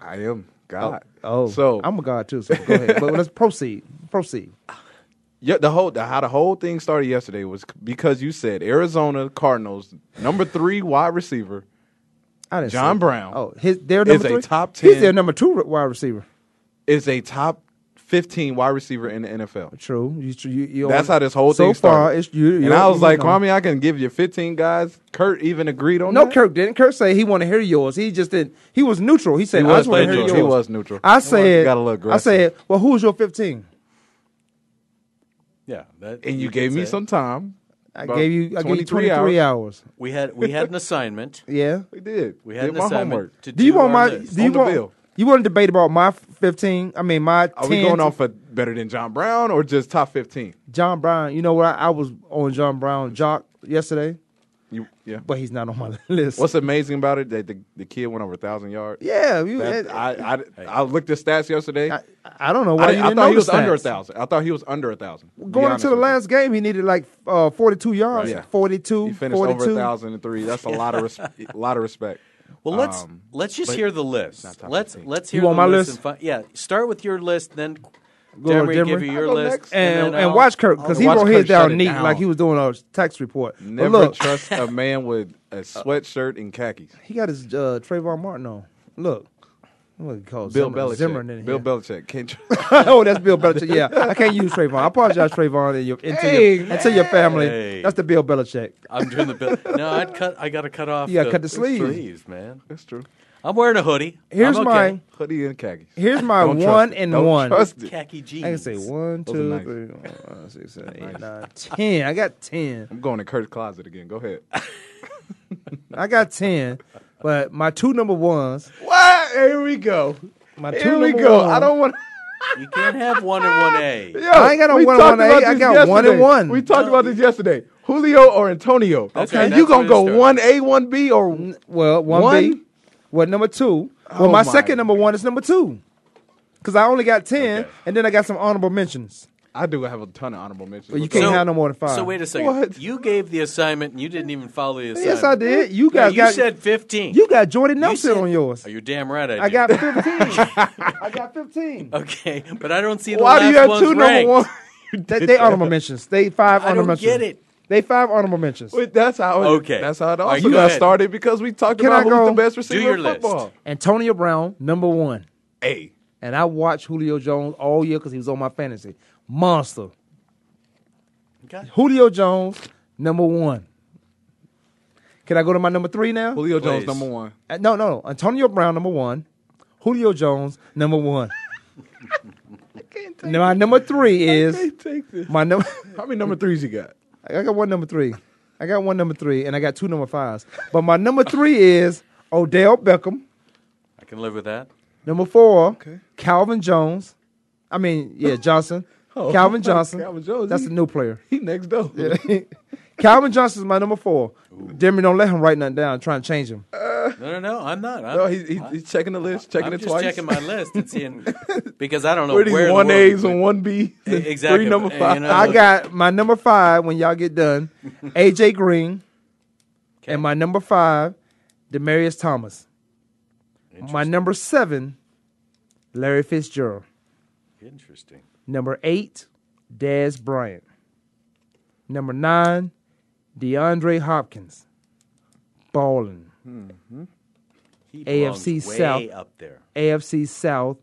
D: I am God.
C: Oh,
D: so
C: I'm a God too. So go ahead. but let's proceed. Proceed.
D: Yeah, the whole the, how the whole thing started yesterday was c- because you said Arizona Cardinals number three wide receiver.
C: I didn't.
D: John
C: say-
D: Brown
C: Oh, his their
D: is
C: number
D: a
C: three.
D: top
C: He's
D: 10
C: their number two wide receiver.
D: is a top fifteen wide receiver in the NFL.
C: True. You, you, you
D: That's
C: on-
D: how this whole
C: so
D: thing
C: far,
D: started.
C: it's you.
D: and
C: you-
D: I was
C: you
D: like,
C: know.
D: Kwame, I can give you fifteen guys. Kurt even agreed on
C: No,
D: that.
C: Kirk didn't. Kirk said he want to hear yours. He just didn't. He was neutral. He said,
D: He
C: "I
D: was
C: just want to hear yours."
D: neutral. He was neutral.
C: I
D: He
C: said,
D: got a little
C: I said, well, who's your 15?
E: Yeah. That,
D: and you
E: can
D: gave me
E: say.
D: some time.
C: I
D: About
C: gave you I gave you
D: 23
C: 23 hours.
D: hours.
E: We had we had an assignment.
C: Yeah.
D: We did.
E: We had
D: did
E: an
D: my
E: assignment
D: homework.
E: to do.
C: Do you want
E: our
C: my
E: list.
C: do you
D: On the
C: want
D: bill.
C: you want to debate about my 15? I mean, my
D: Are
C: 10
D: we going off of better than John Brown or just top fifteen?
C: John Brown. You know what? I, I was on John Brown jock yesterday,
D: You yeah.
C: but he's not on my list.
D: What's amazing about it that the, the kid went over a thousand yards.
C: yeah, you,
D: That-
C: I,
D: I, I I looked at stats yesterday.
C: I, I don't know why
D: I,
C: you
D: didn't-
C: didn't know
D: I thought he
C: the
D: was under a
C: stats.
D: thousand. I thought he was under a thousand. to be
C: Going
D: honest
C: into the
D: with you.
C: last game, he needed like uh, 42 yards.
D: Yeah.
C: 42,
D: he finished
C: 42.
D: over a thousand and three. That's a lot of res- a lot of respect.
E: Well, let's
D: Um,
E: let's just hear the list.
D: top
E: Let's
D: 15.
E: let's
C: You
E: hear
C: want
E: the
C: my
E: list.
C: list?
E: And fi- yeah, start with your list, then
C: Go to
E: Demery, give
C: Demery.
E: you your
D: I'll go
E: list.
D: next.
C: and,
E: then
C: and
E: I'll-
C: watch Kirk because he
D: uh, Watch
C: wrote his
D: Kirk shut
C: down
D: it
C: neat
D: down.
C: like he was doing a tax report.
D: Never
C: but look, Uh,
D: trust a man with a sweatshirt and khakis.
C: he got his uh, Trayvon Martin on. Look, what he calls
D: Bill
C: Zimmer-
D: Belichick.
C: Zimmerman in
D: Bill
C: here.
D: Belichick. Can't tr-
C: oh, that's Bill Belichick. Yeah, I can't use Trayvon. I apologize, Trayvon, and your and to
D: Hey,
C: your, and to your family.
E: Hey.
C: That's the Bill Belichick.
E: I'm doing the bill. No, I'd cut. I got to cut off.
C: You gotta cut the sleeves.
E: man.
D: That's true.
E: I'm wearing a hoodie.
C: Here's
E: I'm okay.
C: mine.
D: Hoodie and khakis.
C: Here's my
D: Don't trust
C: one
D: it.
C: and
D: Don't
C: one.
D: Trust it.
E: Khaki jeans.
C: I can say one,
D: Those are
C: two,
D: nice.
C: three, four, five, six, seven, eight, nine, ten. I got ten.
D: I'm going to Kurt's closet again. Go ahead.
C: I got ten. But my two number ones.
D: what? Here we go.
C: My two
D: Here we
C: number
D: go.
C: ones-
D: I don't want.
E: You can't have one and one A.
D: Yo,
C: I ain't got no
D: we
C: one
D: talked
C: on A.
D: about
C: I
D: this
C: got one and
D: yesterday.
C: one.
D: We talked about this yesterday. Julio or Antonio?
E: That's
D: okay,
E: right,
D: you
E: that's
D: gonna
E: where
D: go
E: it starts.
D: one A, one B, or
C: Well, one, B.
D: One?
C: Well, number two. well,
D: Oh,
C: my,
D: my.
C: second number one is number two. Because I only got 10,
E: Okay.
C: and then I got some honorable mentions.
D: I do have a ton of honorable mentions.
C: Well, you
D: Let's
C: can't
D: go.
C: have no more than five.
E: So wait a second.
D: What?
E: You gave the assignment and you didn't even follow the assignment.
C: Yes, I did. You
E: Yeah,
C: guys
E: you
C: got
E: said fifteen.
C: you got Jordan
E: You
C: Nelson
E: said-
C: on yours.
E: Oh, you're damn right. I, did.
C: I got 15. I got 15.
E: Okay, but I don't see the
D: Why
E: last
D: do you have
E: one's
D: two
E: ranked.
D: number one?
C: They, they honorable mentions. They five
E: I
C: honorable
E: don't
C: mentions.
E: get it.
C: They five honorable mentions.
D: Wait, that's how. It,
E: Okay.
D: That's how it
E: All right,
D: also
E: you
D: got
E: ahead.
D: started because we talked
C: Can I
D: about who's
C: go?
D: the best receiver
E: your
D: in
E: list.
D: football.
C: Antonio Brown, number one.
D: A.
C: And I watched Julio Jones all year because he was on my fantasy. Monster.
E: Okay.
C: Julio Jones, number one. Can I go to my number three now?
D: Julio Jones
E: Please.
D: number one.
C: Uh, no, no, no. Antonio Brown, number one. Julio Jones, number one. Now, my number three is
D: take this.
C: my number.
D: How many number threes you got?
C: I got one number three. I got one number three, and I got two number fives. But my number three is Odell Beckham.
E: I can live with that.
C: Number four, Calvin Jones. I mean, yeah, Johnson. Oh, Calvin Johnson.
D: Calvin Jones,
C: That's
D: he-
C: a new player.
D: He next door.
C: Calvin Johnson's my number four. Demi, don't let him write nothing down. Try and change him.
E: No, no, no. I'm not. I'm,
D: No, Oh, he, he, he's checking the list, checking
E: I'm
D: it
E: just
D: twice.
E: checking my list and seeing because I don't know
D: Where
E: where,
D: these
E: in the
D: one
E: world-
D: A's and one B,
E: exactly,
D: three number
E: but, uh,
D: five.
E: you know-
C: I got my number five when y'all get done, AJ Green, and my number five, Demarius Thomas. My number seven, Larry Fitzgerald.
E: Interesting.
C: Number eight, Dez Bryant. Number nine, DeAndre Hopkins. Ballin.
E: He
C: AFC
E: belongs way
C: South.
E: up there.
C: AFC South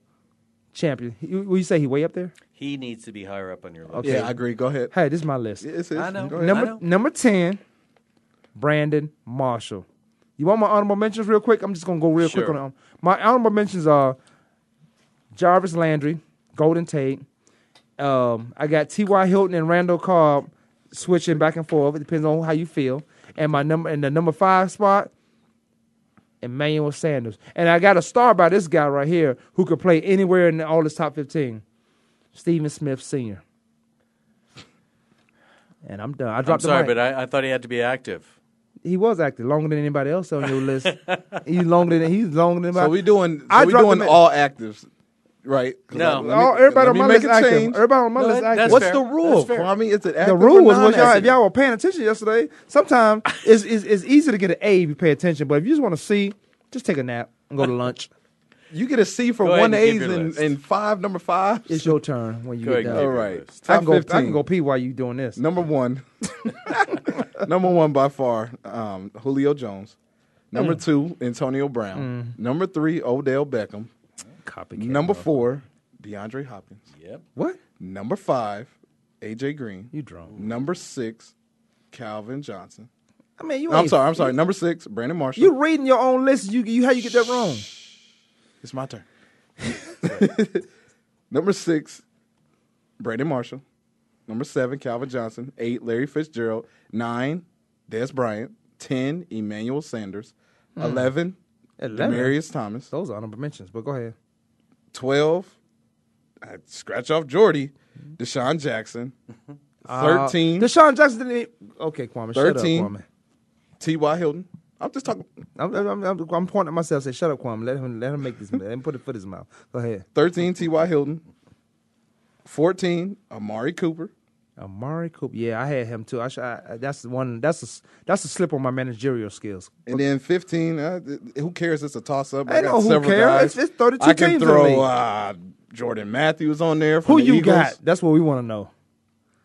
C: champion. You- Will you say he way up there?
E: He needs to be higher up on your list.
D: yeah, I agree. Go ahead.
C: Hey, this is my list.
D: It's- it's-
E: I know.
D: go ahead.
E: I
C: Number
E: know.
C: number ten, Brandon Marshall. You want my honorable mentions real quick? I'm just gonna go real quick
E: Sure.
C: on them. My honorable mentions are Jarvis Landry, Golden Tate. Um, I got T.Y. Hilton and Randall Cobb switching back and forth. It depends on how you feel. And my number and the number five spot, Emmanuel Sanders. And I got a star by this guy right here who could play anywhere in all his top fifteen. Stephen Smith Sr. And I'm done. I
E: I'm
C: dropped
E: sorry,
C: the mic.
E: but I, I thought he had to be active.
C: He was active longer than anybody else on your list. he's longer than he's longer than anybody.
D: So we doing. So
C: I
D: we
C: dropped
D: doing
C: him in-
D: all actives, right? 'Cause
E: No.
D: I- let me-
C: All, Oh, everybody
D: let
C: on
D: me
C: my
D: make
C: list
D: a
C: active.
D: change.
C: Everybody on my
E: No,
C: list
E: that-
C: active.
E: that's
D: What's
E: fair.
D: the rule?
E: That's fair.
D: Well, I mean, is it
C: the
D: active
C: rule
D: or
C: was what y'all if
D: non-active?
C: y'all were paying attention yesterday. Sometimes it's, it's it's easy to get an A if you pay attention, but if you just want to see, just take a nap and go to lunch.
D: You get a C for
E: Go ahead
D: one
E: and give
D: A's
E: your
D: and,
E: list.
D: and five number five.
C: It's your turn when you
E: Go
C: get
E: ahead,
C: done.
E: give
D: All
E: your
D: right.
E: list.
C: I
D: Top
C: can go. I
D: 15.
C: can go pee while you doing this.
D: Number one. number one by far, um, Julio Jones. Number
C: Mm.
D: two, Antonio Brown. Number three, Odell Beckham.
C: Copycat.
D: Number four, DeAndre Hopkins.
E: Yep.
C: what?
D: Number five, AJ Green.
C: You drunk?
D: Number six, Calvin Johnson.
C: I mean, you.
D: No, I'm
C: ain't-
D: sorry. I'm sorry. Number six, Brandon Marshall.
C: You reading your own list? You you how you get that wrong?
D: It's my turn. Number six, Brandon Marshall. Number seven, Calvin Johnson. Eight, Larry Fitzgerald. Nine, Des Bryant. Ten, Emmanuel Sanders. Hmm. Eleven,
C: Eleven.
D: Demarius Thomas.
C: Those are honorable mentions, but go ahead.
D: Twelve, I scratch off Jordy. Deshaun Jackson.
C: Uh,
D: Thirteen,
C: Deshaun Jackson didn't. Even, okay, Kwame.
D: Thirteen.
C: Shut up, Kwame.
D: T.Y. Hilton. I'm just talking.
C: I'm, I'm, I'm, I'm pointing at myself. Say, shut up, Kwame. Let him let him make this. let him put it foot in his mouth. Go ahead.
D: Thirteen, T.Y. Hilton. Fourteen, Amari Cooper.
C: Amari Cooper. Yeah, I had him too. I, should, I I- that's one. That's a s- that's a slip on my managerial skills.
D: And then 15, uh, th- who cares? It's a toss up.
C: I know who cares. It's- it's 32
D: I can
C: teams in the
D: throw
C: league.
D: uh, Jordan Matthews on there. from
C: Who
D: the
C: you
D: Eagles.
C: got? That's what we want to know.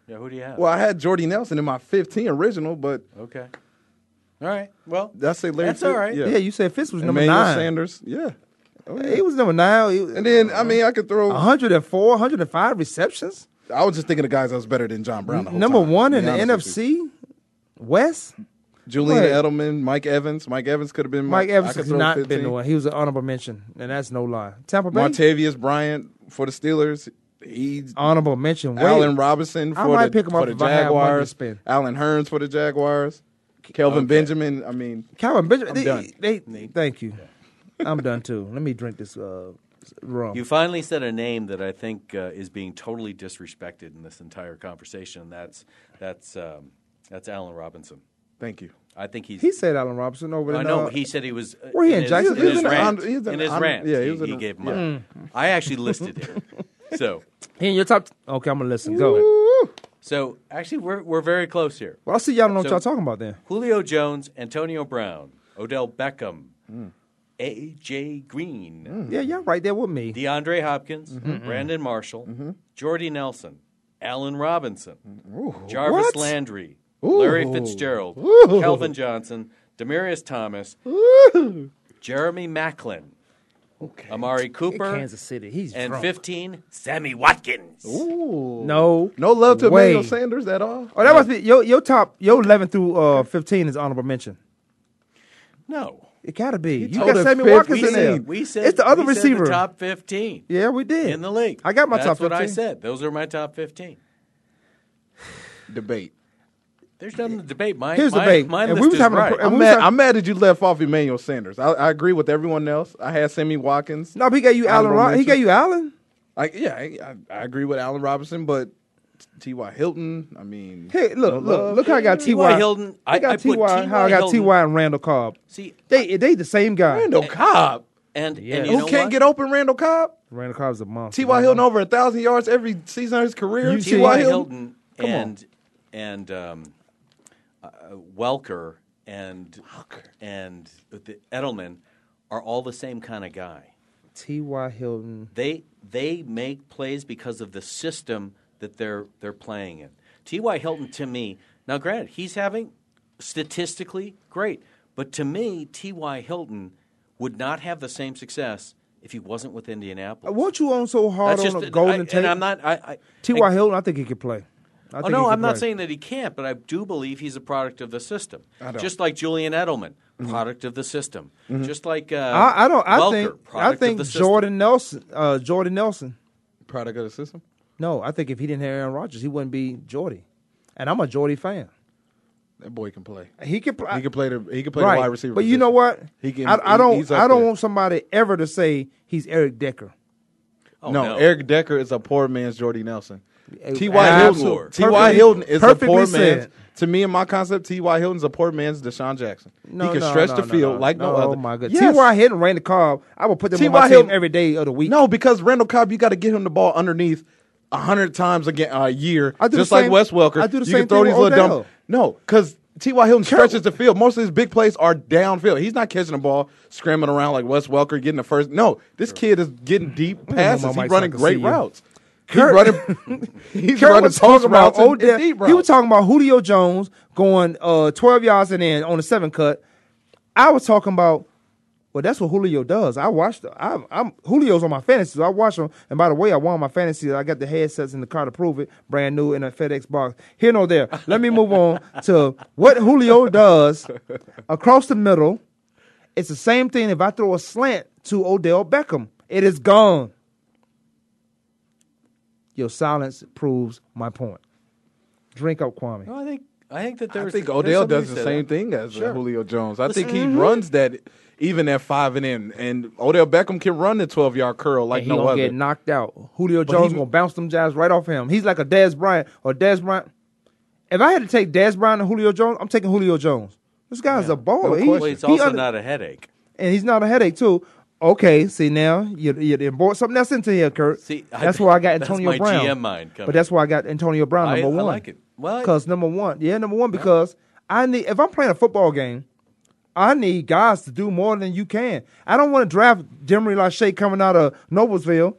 E: Yeah, who do you have?
D: Well, I had Jordy Nelson in my 15 original, but
E: Okay. All right. Well,
D: I say Larry.
E: That's
D: Fitz-
E: all right.
D: Yeah,
C: Yeah, you said Fitz was number
D: Emmanuel
C: nine.
D: Sanders. Yeah.
C: He was number nine. He was
D: And then I mean I could throw.
C: 104, 105 receptions.
D: I was just thinking of guys that was better than John Brown. the whole
C: Number
D: time,
C: one
D: to
C: in
D: be
C: the
D: honest with you.
C: NFC West.
D: Julian
C: Wait.
D: Edelman, Mike Evans. Mike Evans could have been my,
C: Mike Evans
D: I could
C: has
D: throw
C: not
D: 15.
C: been the one. He was an honorable mention, and that's no lie. Tampa Bay
D: Montavious Bryant for the Steelers. He's
C: honorable mention. Wait,
D: Allen Robinson for
C: I might
D: the,
C: pick him
D: for
C: up
D: the
C: if I had money to
D: Jaguars.
C: spend.
D: Alan Hearns for the Jaguars. Kelvin Benjamin. I mean,
C: Calvin Benjamin. They,
D: done.
C: they- thank you. I'm done too. Let me drink this uh, rum.
E: you finally said a name that I think uh, is being totally disrespected in this entire conversation. and That's that's um, that's Alan Robinson.
D: thank you.
E: I think he's.
C: he said Allen Robinson over there.
E: I know he said he was. uh,
C: Where he in
E: his- In
C: Jacksonville? He
E: his
C: was in
D: an
E: rant.
D: honor- he was in
E: in
D: an
E: his
D: honor-
E: rant.
D: yeah, he
E: he,
D: was in
E: he
D: a-
E: gave him up. I actually listed him. So,
C: He in your top. Okay, I'm gonna listen. Go.
E: so actually, we're we're very close here.
C: Well, I see y'all don't know what
E: So-
C: y'all talking about then.
E: Julio Jones, Antonio Brown, Odell Beckham, A.J. Green,
C: Yeah, y'all right there with me.
E: DeAndre Hopkins,
C: Mm-hmm.
E: Brandon Marshall, Jordy Nelson, Allen Robinson, Jarvis
C: What?
E: Landry, Larry Fitzgerald, Calvin Johnson, Demarius Thomas, Jeremy Macklin, Amari
C: In
E: Cooper,
C: Kansas City. He's
E: and
C: drunk.
E: 15, Sammy Watkins.
C: No,
D: No love to
C: way.
D: Emmanuel Sanders at all.
C: Oh, that must be your your top your 11 through uh 15 is honorable mention.
E: No.
C: It gotta be. you
D: told
C: got
D: us
C: Sammy
D: fifth.
C: Watkins
E: We
C: in there.
E: said, we said
C: it's the other
E: we said
C: receiver.
E: top 15
C: yeah, we did
E: in the league.
C: I got my
E: That's
C: top 15.
E: what I said. Those are my top 15.
D: Debate.
E: There's nothing to debate. My,
C: Here's the
E: my,
C: debate.
E: My
C: And
E: list
C: we was
E: is
C: having a
E: right.
C: pro- And
D: I'm
C: we
D: mad,
C: saw-
D: I'm mad that you left off Emmanuel Sanders. I, I agree with everyone else. I had Sammy Watkins.
C: No, but he gave you Allen.
D: Honorable
C: Ro- he
D: mention.
C: gave you Allen.
D: Like, yeah, I, I, I agree with Allen Robinson, but T.Y. Hilton, I mean,
C: Hey, look,
D: no
C: look,
D: love.
C: look how I got Ty
E: T.Y. Hilton. I-
C: got
E: I put
C: Ty. How I
E: T.Y.
C: got Ty and Randall Cobb.
E: See,
C: They they the same guy.
D: Randall Cobb.
E: and,
C: Yeah.
E: and you
D: Who
E: know
D: can't
E: what?
D: get open, Randall Cobb?
C: Randall Cobb's a monster.
D: T.Y. Hilton over a 1,000 yards every season of his career?
C: Uh-huh. You see-
D: T.Y. Hilton?
E: Hilton and and um, uh, Welker and and the Edelman are all the same kind of guy.
C: T.Y. Hilton.
E: They they make plays because of the system that they're they're playing in. T.Y. Hilton to me, now granted, he's having statistically great, but to me, T.Y. Hilton would not have the same success if he wasn't with Indianapolis.
C: What you on so hard
E: That's
C: Uh, on
E: just
C: a Golden
E: I,
C: Tate?
E: And I'm not. I, I,
C: T.Y.
E: I-
C: Hilton. I think he could play.
E: Oh
C: I think he
E: no,
C: could
E: I'm not
C: play.
E: saying that he can't, but I do believe he's a product of the system. Just like Julian Edelman, product of the system. Just like uh,
C: Mm-hmm. I, I don't. I
E: Welker,
C: think. I
E: product of
C: think
E: the system.
C: Jordan Nelson. Uh, Jordan Nelson.
D: Product of the system?
C: No, I think if he didn't have Aaron Rodgers, he wouldn't be Jordy. And I'm a Jordy fan.
D: That boy can play.
C: He could.
D: He can play the he can play
C: right.
D: the wide receiver.
C: But you
D: position.
C: know what?
D: He can.
C: I, I
D: he-
C: don't.
D: he's up
C: I don't
D: there.
C: want somebody ever to say he's Eric Decker.
E: Oh,
D: no, Eric Decker is a poor man's Jordy Nelson. T.Y.
C: Absolutely.
D: Hilton. T.Y.
C: Perfectly-
D: Hilton is a
C: perfectly
D: poor
C: said.
D: man's. To me, in my concept, T.Y. Hilton's a poor man's Deshaun Jackson. he can
C: no,
D: stretch
C: no,
D: the
C: no,
D: field
C: no,
D: like no, other.
C: Oh my god.
D: Yes.
C: T.Y. Hilton, Randall Cobb. I would put them on
D: T.Y.
C: my team
D: Hilton-
C: every day of the week.
D: No, because Randall Cobb, you got to get him the ball underneath a hundred times a, ga- a year,
C: I do the
D: just
C: same-
D: like Wes Welker.
C: I do the
D: you
C: same
D: can throw
C: thing
D: these
C: with
D: little
C: Odell.
D: dumb. No, because T.Y. Hilton stretches the field. Most of his big plays are downfield. He's not catching the ball, scrambling around like Wes Welker, getting the first. No, this kid is getting deep
C: mic
D: passes. He's
C: so I
D: running
C: can
D: great
C: see you.
D: routes.
C: Kurt-
D: he's running. He's
C: Kurt
D: running
C: was
D: post
C: talking about
D: routes and-
C: Odell.
D: and deep routes.
C: He was talking about Julio Jones going uh, 12 yards and in on the seven cut. I was talking about. Well, that's what Julio does. I watched. I'm, I'm Julio's on my fantasy. So I watch him. And by the way, I won my fantasy. I got the headsets in the car to prove it. Brand new in a FedEx box. Here, no, there. Let me move on to what Julio does across the middle. It's the same thing. If I throw a slant to Odell Beckham, it is gone. Your silence proves my point. Drink up, Kwame.
E: No, I think I think that there
D: I
E: was-
D: think
E: there's
D: Odell
E: somebody
D: does
E: who
D: the
E: said
D: same
E: that.
D: thing as uh,
E: Sure.
D: Julio Jones. I think he
C: Mm-hmm.
D: runs that even at five and in, and Odell Beckham can run the twelve yard curl like
C: and he
D: no
C: gonna
D: other.
C: get knocked out. Julio Jones gonna bounce them jabs right off him. He's like a Dez Bryant or Dez Bryant. If I had to take Dez Bryant and Julio Jones, I'm taking Julio Jones. This guy's a baller. He-
E: Well, it's
C: he
E: also
C: under-
E: not a headache.
C: and he's not a headache too. Okay, see now you you done brought something else into here, Kurt.
E: See, I-
C: that's why I got
E: that's
C: Antonio
E: my
C: Brown.
E: GM mind coming.
C: But that's why I got Antonio Brown
E: I-
C: number
E: I
C: one.
E: like it. Well, I-
C: because number one, yeah, number one because I need if I'm playing a football game, I need guys to do more than you can. I don't want to draft Demery Lachey coming out of Noblesville.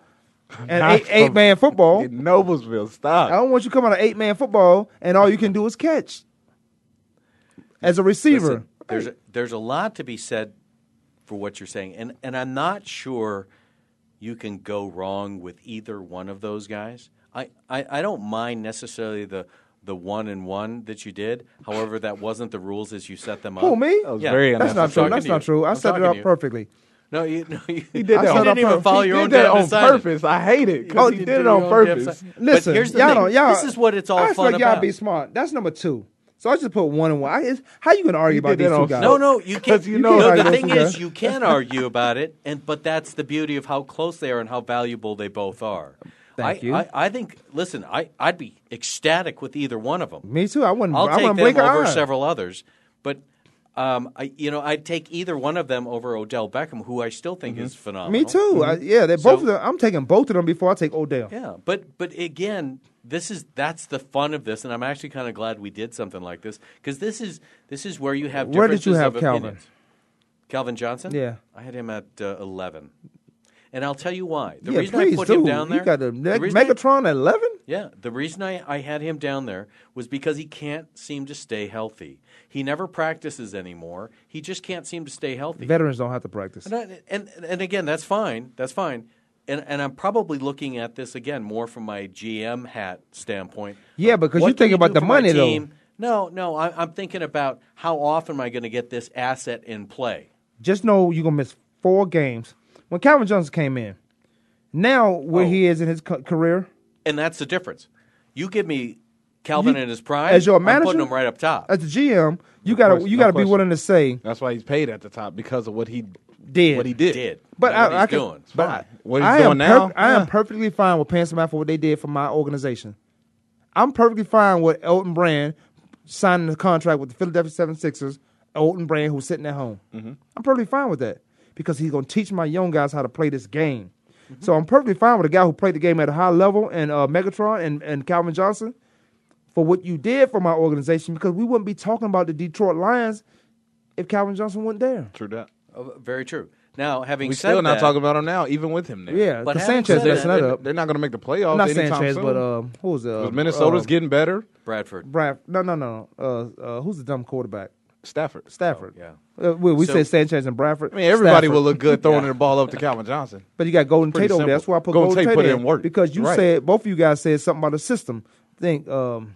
C: and eight, eight man football.
D: In Noblesville, stop.
C: I don't want you coming out of eight man football and all you can do is catch as a receiver.
E: Listen, there's a, there's a lot to be said for what you're saying, and and I'm not sure you can go wrong with either one of those guys. I, I, I don't mind necessarily the the one and one that you did. However, that wasn't the rules as you set them up.
C: Who me?
D: was very
C: That's not
E: I'm
C: true.
E: talking
C: That's
E: to
C: not
E: you.
C: true. I
E: I'm
C: set it
E: talking
C: up
E: to you.
C: perfected.
E: No, you, no, you, he
D: did that
C: on
E: didn't even
C: purpose.
E: follow
D: He
E: your own
D: did that
E: damn
D: on
E: decided.
D: purpose. I hate it because he did,
E: your
D: it on
E: own damn
D: purpose.
E: side. But
C: Listen,
E: here's the
C: y'all
E: thing.
C: don't. Y'all,
E: this is what it's all
C: I
E: fun
C: expect
E: about.
C: y'all be smart. That's number two. So I just put one and one. I, it's- how you gonna argue
D: He
C: about
D: did
C: these
D: that
C: two
D: on
C: guys?
E: No, no, you can't.
D: 'Cause you know
E: no,
C: how
E: the
C: it
E: thing
C: goes,
E: is,
C: yeah.
E: you can argue about it, and but that's the beauty of how close they are and how valuable they both are.
C: Thank
E: I,
C: you.
E: I, I think. Listen, I, I'd be ecstatic with either one of them.
C: Me too. I wouldn't.
E: I'll
C: I
E: take
C: wouldn't
E: them
C: blink an
E: over
C: eye.
E: several others, but um, I, you know, I'd take either one of them over Odell Beckham, who I still think is phenomenal.
C: Mm-hmm. Me too. I, yeah, they're
E: Mm-hmm. So-
C: both of them. I'm taking both of them before I take Odell.
E: Yeah, but but again, this is that's the fun of this, and I'm actually kind of glad we did something like this because this is this is where you have
C: Where did you
E: differences
C: have
E: of
C: Calvin?
E: opinions. Calvin Johnson.
C: Yeah.
E: I had him at uh, eleven, and I'll tell you why. The
C: yeah,
E: reason
C: please
E: I put
C: do.
E: him down there,
C: you got a
E: the
C: Meg-
E: reason I-
C: Megatron at eleven.
E: yeah, the reason I, I had him down there was because he can't seem to stay healthy. He never practices anymore. He just can't seem to stay healthy.
C: Veterans don't have to practice.
E: And, I, and and again, that's fine. That's fine. And and I'm probably looking at this again more from my GM hat standpoint.
C: Yeah, because
E: What
C: you
E: can
C: think
E: we
C: about
E: do
C: the
E: for my
C: money, though.
E: team? No, no, I, I'm thinking about how often am I going to get this asset in play?
C: just know you're gonna miss four games. When Calvin Johnson came in, now where
E: Oh.
C: he is in his ca- career,
E: And that's the difference. You give me Calvin
C: You-
E: in his prime
C: as your
E: I'm
C: manager?
E: putting him right up top.
C: as the GM, you gotta
D: question,
C: you
D: no
C: gotta be
D: question.
C: willing to say
D: That's why he's paid at the top because of what he
C: Did.
D: What he did.
E: Did.
C: But
E: Know
C: I,
E: what he's
C: I can,
E: doing.
C: But
D: fine.
C: I,
D: What he's
C: I
D: doing
C: am
D: now?
C: I
D: Yeah.
C: am perfectly fine with Pam Smith for what they did for my organization. I'm perfectly fine with Elton Brand signing the contract with the Philadelphia 76ers. Elton Brand, who's sitting at home,
E: Mm-hmm.
C: I'm perfectly fine with that because he's going to teach my young guys how to play this game. Mm-hmm. So I'm perfectly fine with a guy who played the game at a high level and uh, Megatron and, and Calvin Johnson for what you did for my organization because we wouldn't be talking about the Detroit Lions if Calvin Johnson wasn't there.
D: True that.
E: Oh, Very true. Now, having
D: We
E: said
D: still not
E: that,
D: talking about him now, even with him there.
C: Yeah,
E: But
C: because
E: having
C: Sanchez
E: said that-
C: messing that up.
D: They're not going to make the playoffs.
C: Not
D: anytime
C: Sanchez,
D: soon.
C: but um, who was the
D: 'Cause Minnesota's
C: uh,
D: getting better.
E: Bradford.
C: Brad? No, no, no. no. Uh, uh, who's the dumb quarterback?
D: Stafford.
C: Stafford.
E: yeah.
C: Uh, we we
E: So-
C: said Sanchez and Bradford.
D: Oh, I mean, everybody
C: Stafford.
D: will look good throwing the ball up to Calvin Johnson.
C: But you got Golden
D: pretty
C: Tate over there.
D: simple.
C: That's why I put
D: Golden
C: Golden,
D: Tate
C: Tate,
D: put
C: in
D: in work.
C: because you
D: Right.
C: said both of you guys said something about the system. I think um,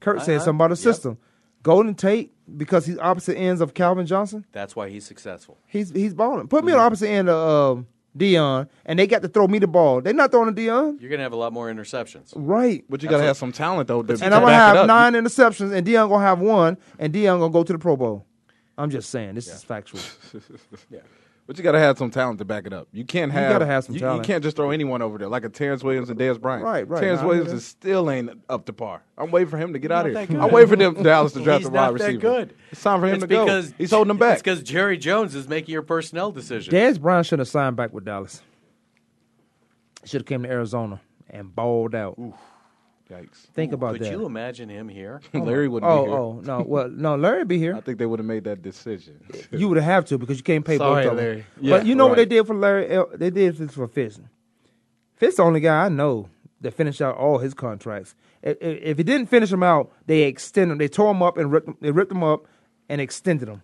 C: Kurt said something about the system. Golden Tate because he's opposite ends of Calvin Johnson.
E: That's why he's successful.
C: He's he's balling. Put
D: Mm-hmm.
C: me on the opposite end of um, Dion, and they got to throw me the ball. They're not throwing to Dion,
E: You're going to have a lot more interceptions.
C: right?
D: But you got to have some talent though. To,
C: and
D: to
C: I'm gonna
D: back
C: have
D: it up.
C: nine interceptions, and Dion gonna have one, and Dion gonna go to the Pro Bowl. I'm just saying, this is factual.
D: But you got to have some talent to back it up. You can't have.
C: gotta have some
D: you,
C: talent.
D: You can't just throw anyone over there like a Terrence Williams and Dez Bryant.
C: Right, right.
D: Terrence
C: Nah, I
D: Williams
C: hear
D: is still ain't up to par. I'm waiting for him to get out of
E: that
D: here.
E: good.
D: I'm waiting for them Dallas to draft
E: He's
D: the wide
E: not that
D: receiver.
E: good.
D: It's time for him
E: It's
D: to go.
E: because-
D: He's holding them back.
E: It's because Jerry Jones is making your personnel decision.
C: Dez Bryant should have signed back with Dallas. Should have came to Arizona and balled out.
D: Yikes.
C: Think about
E: Could
C: that.
E: you imagine him here?
D: Larry wouldn't
C: oh,
D: be here.
C: oh no. Well, no, Larry be
D: I
C: here.
D: think they would have made that decision.
C: You would have to because you can't pay
D: Sorry,
C: both of them.
D: Larry. Yeah,
C: but you know what they
D: right.
C: did for Larry? El- They did this for Fitz. Fitz the only guy I know that finished out all his contracts. If, if if he didn't finish them out, they extended them. They tore them up and ripped them, they ripped them up and extended them,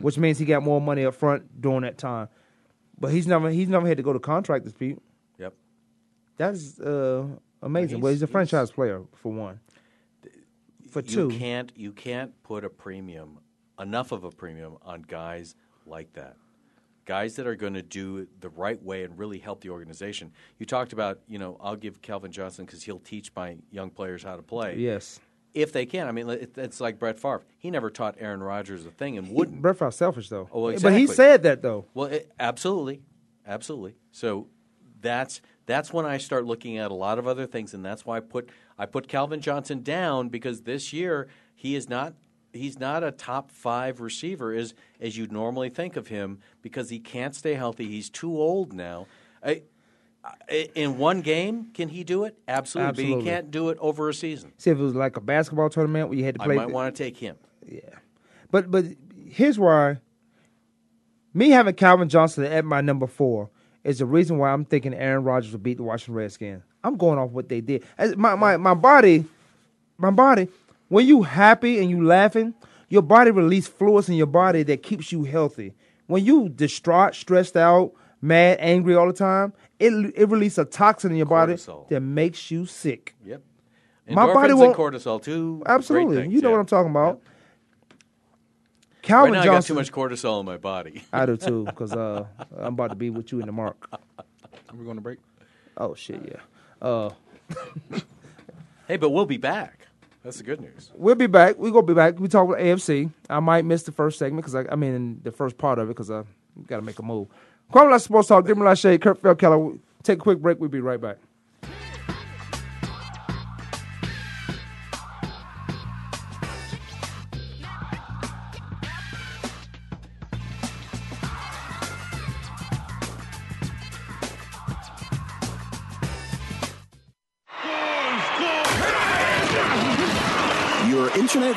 C: which means he got more money up front during that time. But he's never he's never had to go to contract dispute.
E: Yep.
C: That is uh, amazing.
E: He's-
C: well, he's a
E: he's-
C: franchise player for one. For
E: You
C: two,
E: can't you can't put a premium enough of a premium on guys like that. Guys that are going to do it the right way and really help the organization. You talked about, you know, I'll give Calvin Johnson because he'll teach my young players how to play.
C: yes.
E: If they can. I mean, it- it's like Brett Favre. He never taught Aaron Rodgers a thing and wouldn't.
C: Brett Favre's selfish though.
E: Oh,
C: But he
E: exactly.
C: said that though.
E: Well, it, absolutely, absolutely. So that's that's when I start looking at a lot of other things, and that's why I put I put Calvin Johnson down because this year he is not he's not a top five receiver as as you normally think of him because he can't stay healthy. He's too old now. I, I, in one game, can he do it? Absolutely, but
C: Absolutely.
E: he can't do it over a season.
C: See if it was like a basketball tournament where you had to
E: I
C: play.
E: might want to take him.
C: But but here's why. Me having Calvin Johnson at my number four is the reason why I'm thinking Aaron Rodgers will beat the Washington Redskins. I'm going off what they did. As my, my, my body, my body, when you happy and you laughing, your body release fluids in your body that keeps you healthy. When you distraught, stressed out, mad, angry all the time, it it releases a toxin in your body
E: Cortisol.
C: that makes you sick.
E: Yep.
C: My body
E: Endorphins
C: won't-
E: and cortisol too. great
C: Absolutely.
E: things,
C: you know
E: yeah.
C: what I'm talking about.
E: Right
C: Calvin
E: now, I got too
C: Johnson.
E: much cortisol in my body.
C: I do too, because uh, I'm about to be with you in the mark.
D: Are we going to break?
C: Oh shit, yeah. Uh,
E: Hey, but we'll be back. That's the good news.
C: we'll be back. We're gonna be back. We talk about AFC. I might miss the first segment because I, I mean the first part of it because I got to make a move. Kwame Lashe Sports Talk. Jimmy Lachey, Kurt Felkeller. Take a quick break. We'll be right back.
A: Your internet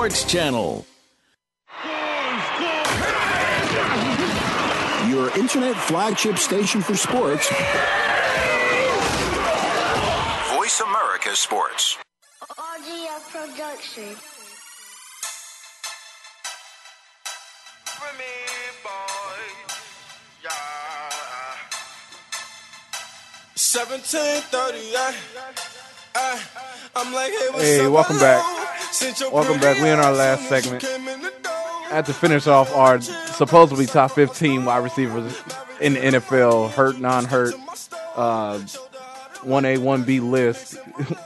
I: Channel.
A: Your internet flagship station for sports.
H: Voice America Sports.
B: RDF Production.
D: Hey, welcome back. Welcome back. We in our last segment. I had to finish off our supposedly top 15 wide receivers in the NFL, hurt, non-hurt, uh, 1A, 1B list.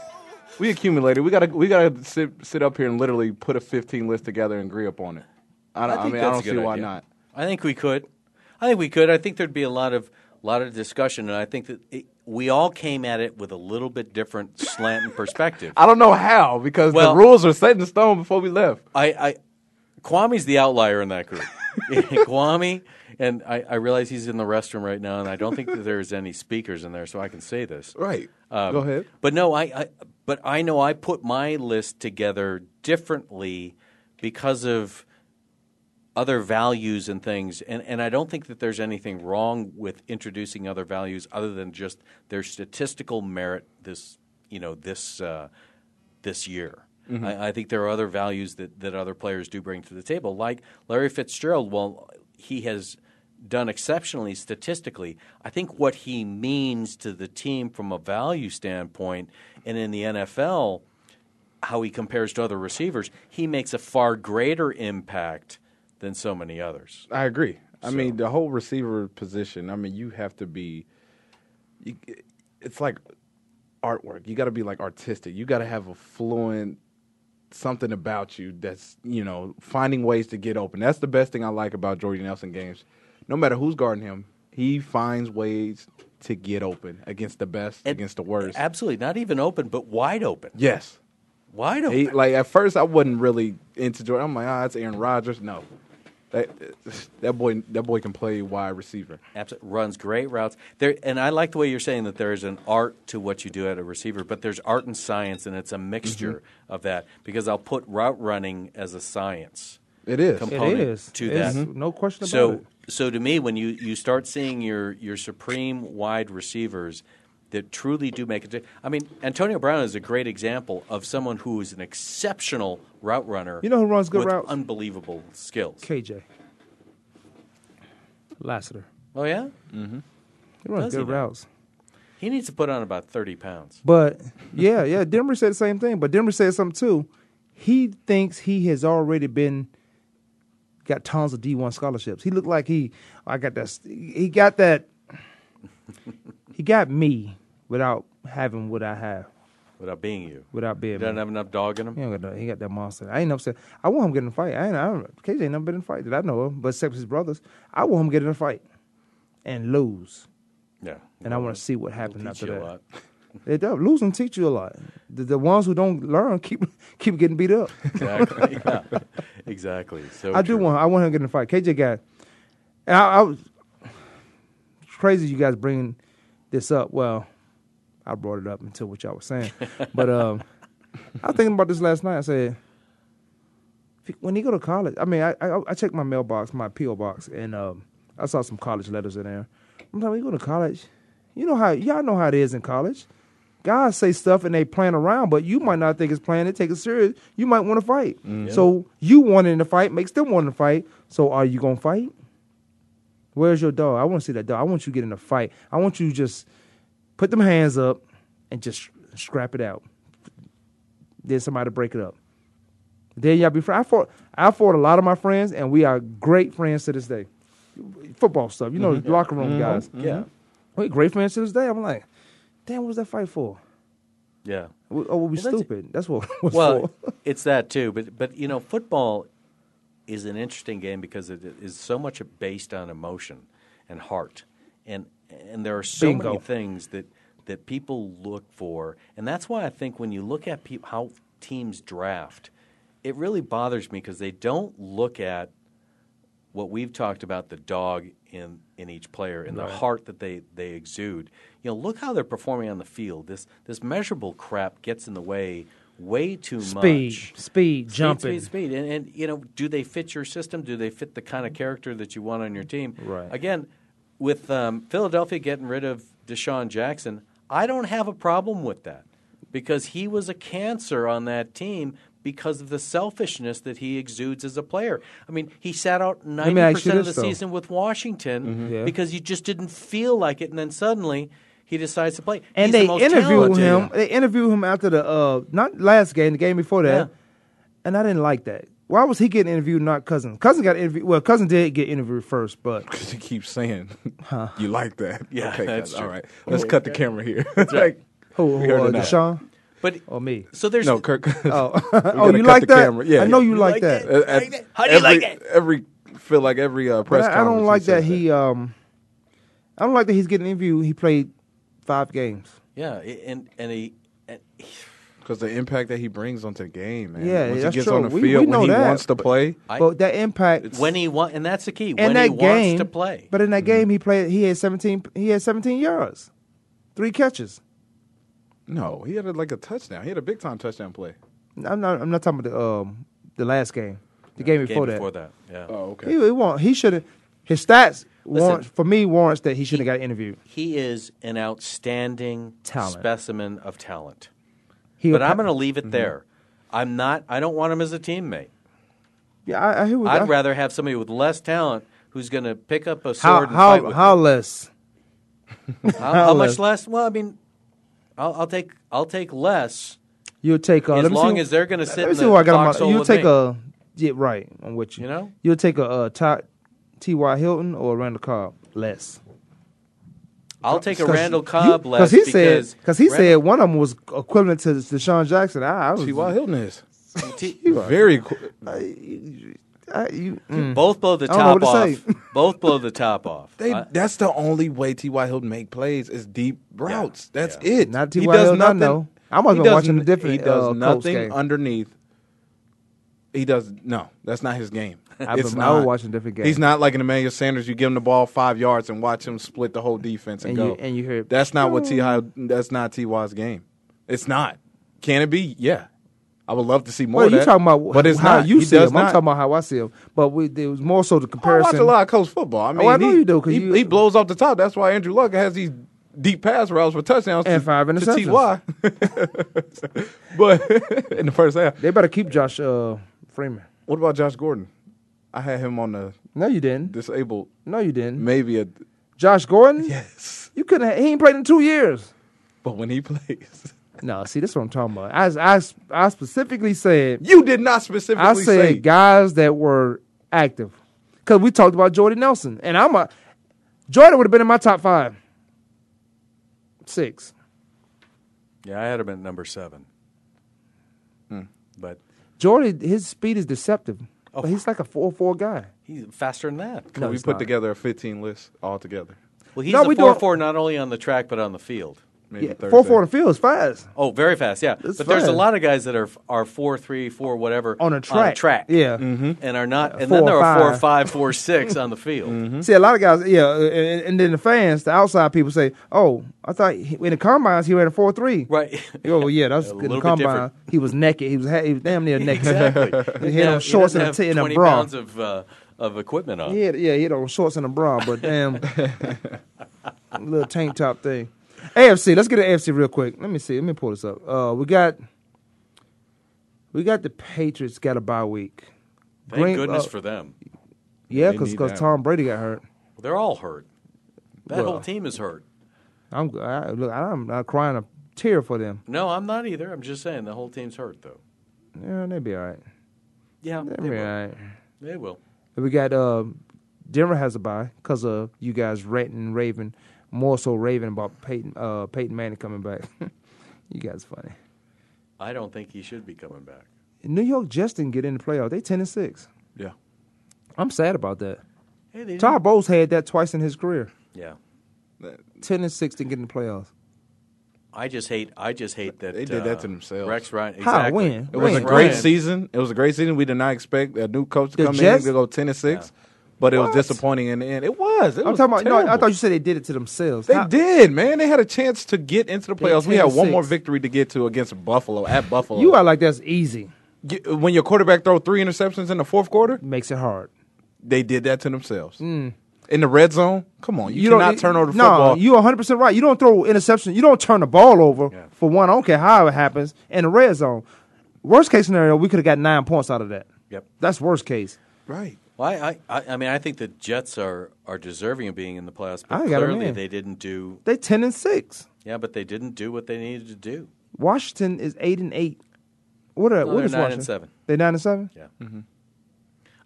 D: we accumulated. We gotta we gotta sit, sit up here and literally put a 15 list together and agree upon it. I, don't, I,
E: think
D: mean, I
E: that's
D: don't
E: a
D: see
E: good
D: why
E: idea.
D: not.
E: I think we could. I think we could. I think there'd be a lot of lot of discussion, and I think that it, we all came at it with a little bit different slant and perspective.
D: I don't know how because
E: Well-
D: the rules are set in stone before we left.
E: I, I Kwame's the outlier in that group. Kwame, and I, I realize he's in the restroom right now, and I don't think that there's any speakers in there, so I can say this.
D: Right.
E: Um,
D: Go ahead.
E: But no, I, I but I know I put my list together differently because of other values and things, and and I don't think that there's anything wrong with introducing other values other than just their statistical merit. This you know this uh, this year. I, I think there are other values that, that other players do bring to the table, like Larry Fitzgerald. Well, he has done exceptionally statistically. I think what he means to the team from a value standpoint, and in the NFL, how he compares to other receivers, he makes a far greater impact than so many others.
D: I agree. I mean, the whole receiver position. I mean, you have to be. You, it's like artwork. You got to be like artistic. You got to have a fluent something about you that's you know finding ways to get open. That's the best thing I like about Jordy Nelson games. No matter who's guarding him, he finds ways to get open against the best, against the worst.
E: Absolutely, not even open, but wide open.
D: yes.
E: Wide open.
D: He, like at first, I wasn't really into Jordan. I'm like, ah, that's Aaron Rodgers. No, that that boy, that boy can play wide receiver.
E: Absol- runs great routes there, and I like the way you're saying that there is an art to what you do at a receiver, but there's art
D: Mm-hmm.
E: and science, and it's a mixture of that. Because I'll put route running as a science,
D: It is.
E: component
C: is.
E: to
C: It's-
E: that.
C: no question about
E: so,
C: it.
E: So to me, when you, you start seeing your, your supreme wide receivers that truly do make a difference, I mean, Antonio Brown is a great example of someone who is an exceptional route runner.
C: You know who runs good
E: with
C: routes?
E: Unbelievable skills.
C: KJ. Lassiter.
E: Oh yeah,
C: He runs
E: Does he
C: good
E: now?
C: routes.
E: he needs to put on about thirty pounds.
C: But yeah, yeah, Denver said the same thing. But Denver said something too. He thinks he has already been got tons of D one scholarships. He looked like he I got that he got that he got me without having what I have.
E: Without being you,
C: Without being
E: he doesn't
C: me.
E: have enough dog in him.
C: He, don't got no, he got that monster. I ain't upset. I want him to get in a fight. I ain't I don't, KJ ain't never been in a fight that I know of, but except his brothers. I want him to get in a fight and lose.
E: Yeah,
C: And I want to see what happens
E: He'll
C: after
E: teach you
C: that.
E: a lot.
C: It does. Losing teach you a lot. The, the ones who don't learn keep keep getting beat up.
E: Exactly. yeah. Exactly. So
C: I do
E: true.
C: want I want him to get in a fight. KJ got. And I, I was it's crazy. You guys bringing this up. Well, I brought it up until what y'all was saying, but um, I was thinking about this last night. I said, if he- when he go to college, I mean, I I, I checked my mailbox, my PO box, and um, I saw some college letters in there. I'm like, when you go to college, you know how y'all know how it is in college. Guys say stuff and they plan around, but you might not think it's planned. They take it serious. You might want to fight. So you wanting to fight makes them want to fight. So are you gonna fight? Where's your dog? I want to see that dog. I want you to get in a fight. I want you to just put them hands up and just scrap it out. Then somebody break it up. Then y'all be friends. I fought. I fought a lot of my friends, and we are great friends to this day. Football stuff, you know, locker room guys.
E: Mm-hmm. Yeah.
C: we great friends to this day. I'm like, damn, what was that fight for?
E: Yeah.
C: We- Oh, we
E: Well, that's-
C: stupid. That's what. It was
E: Well,
C: for.
E: it's that too, but but you know, football is an interesting game because it is so much based on emotion and heart, and and there are so
C: Bingo.
E: many things that that people look for, and that's why I think when you look at peop how teams draft, it really bothers me because they don't look at what we've talked about the dog in in each player and the heart that they they exude. You know, look how they're performing on the field. This this measurable crap gets in the way way too
C: speed,
E: much.
C: speed,
E: Speed,
C: jumping.
E: speed, speed, and, and you know, do they fit your system? Do they fit the kind of character that you want on your team?
C: Right.
E: Again, with um, Philadelphia getting rid of Deshaun Jackson, I don't have a problem with that because he was a cancer on that team because of the selfishness that he exudes as a player. I mean, he sat out ninety
C: me ask you
E: percent of the
C: this, though. Mm-hmm.
E: season with Washington
C: Yeah.
E: because he just didn't feel like it, and then suddenly. He decides to play,
C: And
E: He's
C: they
E: the most
C: interviewed
E: talented.
C: him. They interviewed him after the uh, not last game, the game before that,
E: Yeah.
C: and I didn't like that. Why was he getting interviewed, not cousin? Cousin got interviewed. Well, cousin did get interviewed first, but
D: Because you keep saying you like that.
E: Yeah,
D: okay,
E: that's
D: guys,
E: true.
D: all right. Let's cut the camera here. like,
C: who?
D: we
C: who
D: heard
C: uh,
D: it now.
C: Deshaun
E: But
C: or me?
E: so there's
D: No, Kirk.
C: Oh,
D: gotta
C: oh, you
D: cut
C: like
D: the
C: that?
D: camera. Yeah,
C: I know
D: yeah.
C: you,
E: You
C: like,
E: like
C: that.
E: that?
D: At-
E: Like that? How do you
D: every,
E: like that?
D: Every feel like every uh,
C: But
D: press
C: I, I
D: conference
C: don't
D: he
C: like that
D: says
C: he. Um, I don't like that he's getting interviewed. He played five games.
E: Yeah, i- and and he, and
D: because the impact that he brings onto the game, man.
C: uh, Yeah,
D: Once
C: that's
D: he gets
C: true.
D: on the
C: We-
D: field,
C: we
D: when
C: know
D: he
C: that,
D: wants to play,
E: I-
C: but that impact
E: when he wants, and that's the key.
C: in
E: when
C: that
E: he
C: game
E: wants to play,
C: But in that game, he played. He had seventeen. He had seventeen yards, three catches.
D: no, he had a, like a touchdown. He had a big time touchdown play.
C: I'm not. I'm not talking about the um the last game, the game
E: game
C: before,
E: before
C: that.
E: that, yeah,
D: Oh, okay.
C: He, he want. He should have. His stats warrants for me warrants that he should have got interviewed.
E: he is an outstanding
C: Talent.
E: specimen of talent.
C: He
E: But
C: a-
E: I'm going to leave it
C: Mm-hmm.
E: there. I'm not. I don't want him as a teammate.
C: Yeah, I, I hear what I-
E: I'd rather have somebody with less talent who's going to pick up a
C: How
E: sword and fight
C: how
E: with
C: how
E: me.
C: less?
E: how,
C: how
E: how much
C: less?
E: less? Well, I mean, I'll, I'll take I'll take less.
C: You'll take a.
E: As
C: Uh, let me see
E: long
C: who-
E: as they're gonna sit
C: Let me
E: in
C: see
E: the
C: who I got on
E: foxhole
C: my. You'll
E: with
C: take
E: me.
C: a. Yeah, right. I'm with you.
E: You know?
C: You'll take a uh, Ty- T.Y. Hilton or Randall Cobb less.
E: I'll take a
C: 'Cause
E: Randall
C: you-
E: Cobb less
C: he said
E: because
C: because he
E: Randall-
C: said one of them was equivalent to Deshaun Jackson. I, I was
D: T.Y. Hilton is
E: T-
D: very. Qu-
C: I, you, mm.
E: Mm-hmm. both blow the
C: I don't
E: top
C: know what to
E: off.
C: say.
E: both blow the top off.
D: They,
E: I-
D: that's the only way T.Y. Hilton make plays is deep routes. That's
E: yeah.
D: it.
C: Not
D: He
C: T.Y.
D: does
C: Hilton, I
D: nothing-
C: know. I must
D: he
C: been
D: does
C: watching a
D: n- He
C: different,
D: does
C: uh, Colts
D: nothing
C: game.
D: underneath. He does no. That's not his game.
C: I've
D: it's
C: been- I
D: not
C: was watching different games.
D: He's not like an Emmanuel Sanders. You give him the ball five yards and watch him split the whole defense and,
C: And you-
D: go.
C: and you hear-
D: that's not what T.Y. That's not T.Y.'s game. It's not. Can it be? Yeah. I would love to see more.
C: Well,
D: of
C: you
D: that,
C: talking about
D: But it's
C: how
D: not.
C: you
D: he
C: see
D: does
C: him.
D: Not,
C: I'm talking about how I see him. But we, it was more so the
D: I
C: comparison.
D: watch a lot of college football. I mean,
C: Oh, I know
D: he,
C: you do, 'cause
D: he,
C: you-
D: he blows off the top. That's why Andrew Luck has these deep pass routes for touchdowns
C: And
D: to,
C: five
D: to
C: interceptions.
D: Ty. but in the first half,
C: They better keep Josh uh, Freeman.
D: what about Josh Gordon? I had him on the
C: No, you didn't.
D: disabled,
C: No, you didn't.
D: maybe a
C: Josh Gordon.
D: yes,
C: You couldn't. Have, he ain't played in two years.
D: but when he plays,
C: No, see, this is what I'm talking about. I, I, I specifically said,
D: you did not specifically
C: I said
D: say
C: guys that were active, because we talked about Jordy Nelson, and I'm a Jordan would have been in my top five, six.
E: Yeah, I had him at number seven.
C: Hmm.
E: But
C: Jordy, his speed is deceptive,
E: Oh.
C: but he's like a four four guy.
E: he's faster than that.
C: No,
D: we
C: he's
D: put
C: not.
D: together a 15 list all together.
E: Well, he's
C: No,
E: a
C: we
E: four
C: don't-
E: four not only on the track but on the field.
D: Maybe
C: Yeah,
D: Thursday.
C: four four on the field is fast.
E: Oh, very fast, yeah.
C: That's
E: but there's a
C: fast.
E: lot of guys that are are four three four whatever
C: On a
E: on a
C: track.
E: track,
C: Yeah.
E: and are not. And
C: Four
E: then there
C: or
E: are four
C: five.
E: five four six on the field.
C: See, a lot of guys, yeah, uh, and, and then the fans, the outside people say, "Oh, I thought he, in the combines he ran a four three.
E: Right.
C: You go, well, yeah, that's
E: A
C: good. In the
E: little bit
C: combine,
E: different.
C: he was naked. He was ha- he was damn near naked.
E: Exactly.
C: he had
E: Now,
C: on shorts
E: doesn't
C: and a
E: have
C: t- and a
E: 20
C: bra.
E: pounds of uh, of equipment on.
C: He had, yeah, he had on shorts and a bra, but damn, little tank top thing. AFC, let's get an AFC real quick. Let me see. Let me pull this up. Uh, we got, we got the Patriots got a bye week.
E: Thank
C: Green-
E: goodness
C: uh,
E: for them.
C: Yeah,
D: They
C: because
D: need that.
C: Tom Brady got hurt.
E: They're all hurt. That
C: Well.
E: whole team is hurt.
C: I'm I, look, I'm not crying a tear for them.
E: No, I'm not either. I'm just saying the whole team's hurt though.
C: Yeah, they'll be all right.
E: Yeah,
C: They'll
E: they
C: be all
E: will.
C: right.
E: They will.
C: And We got uh, Denver has a bye because of you guys ranting and raving, more so raving about Peyton uh, Peyton Manning coming back. you guys funny.
E: I don't think he should be coming back.
C: New York Jets didn't get in the playoff. They ten and six.
D: Yeah,
C: I'm sad about that.
E: Hey, they
C: Todd Bowles had that twice in his career.
E: Yeah.
C: Ten and six didn't get in the playoffs.
E: I just hate. I just hate that
D: They did that to
E: uh,
D: themselves.
E: Rex Ryan.
C: How?
E: Exactly.
C: When?
D: it was
C: When?
D: a
E: Rex
D: great
E: Ryan-
D: season. It was a great season. We did not expect a new coach to
C: The
D: come
C: Jets?
D: in. They go 10 and six, but it was disappointing in the end. It was. It
C: I'm
D: was
C: talking about. No, I
D: terrible.
C: thought you said they did it to themselves.
D: They
C: How-
D: did, man. They had a chance to get into the
C: They
D: playoffs. We had
C: 10
D: one more
C: six.
D: victory to get to against Buffalo at Buffalo.
C: You are like that's easy.
D: Get- when your quarterback throw three interceptions in the fourth quarter.
C: Makes it hard.
D: They did that to themselves in the red zone. Come on,
C: Hmm.
D: you,
C: You e-
D: cannot turn over the
C: no,
D: football.
C: you 100 percent right. You don't throw interception. You don't turn the ball over for one. I don't care how it happens in the red zone. Worst case scenario, we could have got nine points out of that.
E: Yep.
C: That's worst case.
D: right.
E: Well, I, I, I mean, I think the Jets are, are deserving of being in the playoffs, but
C: I got 'em
E: clearly
C: in.
E: they didn't do.
C: They 10 and six.
E: Yeah, but they didn't do what they needed to do.
C: Washington is eight and eight. What are
E: No,
C: what
E: they're
C: is
E: nine and
C: Washington?
E: seven.
C: They nine and seven.
E: Yeah,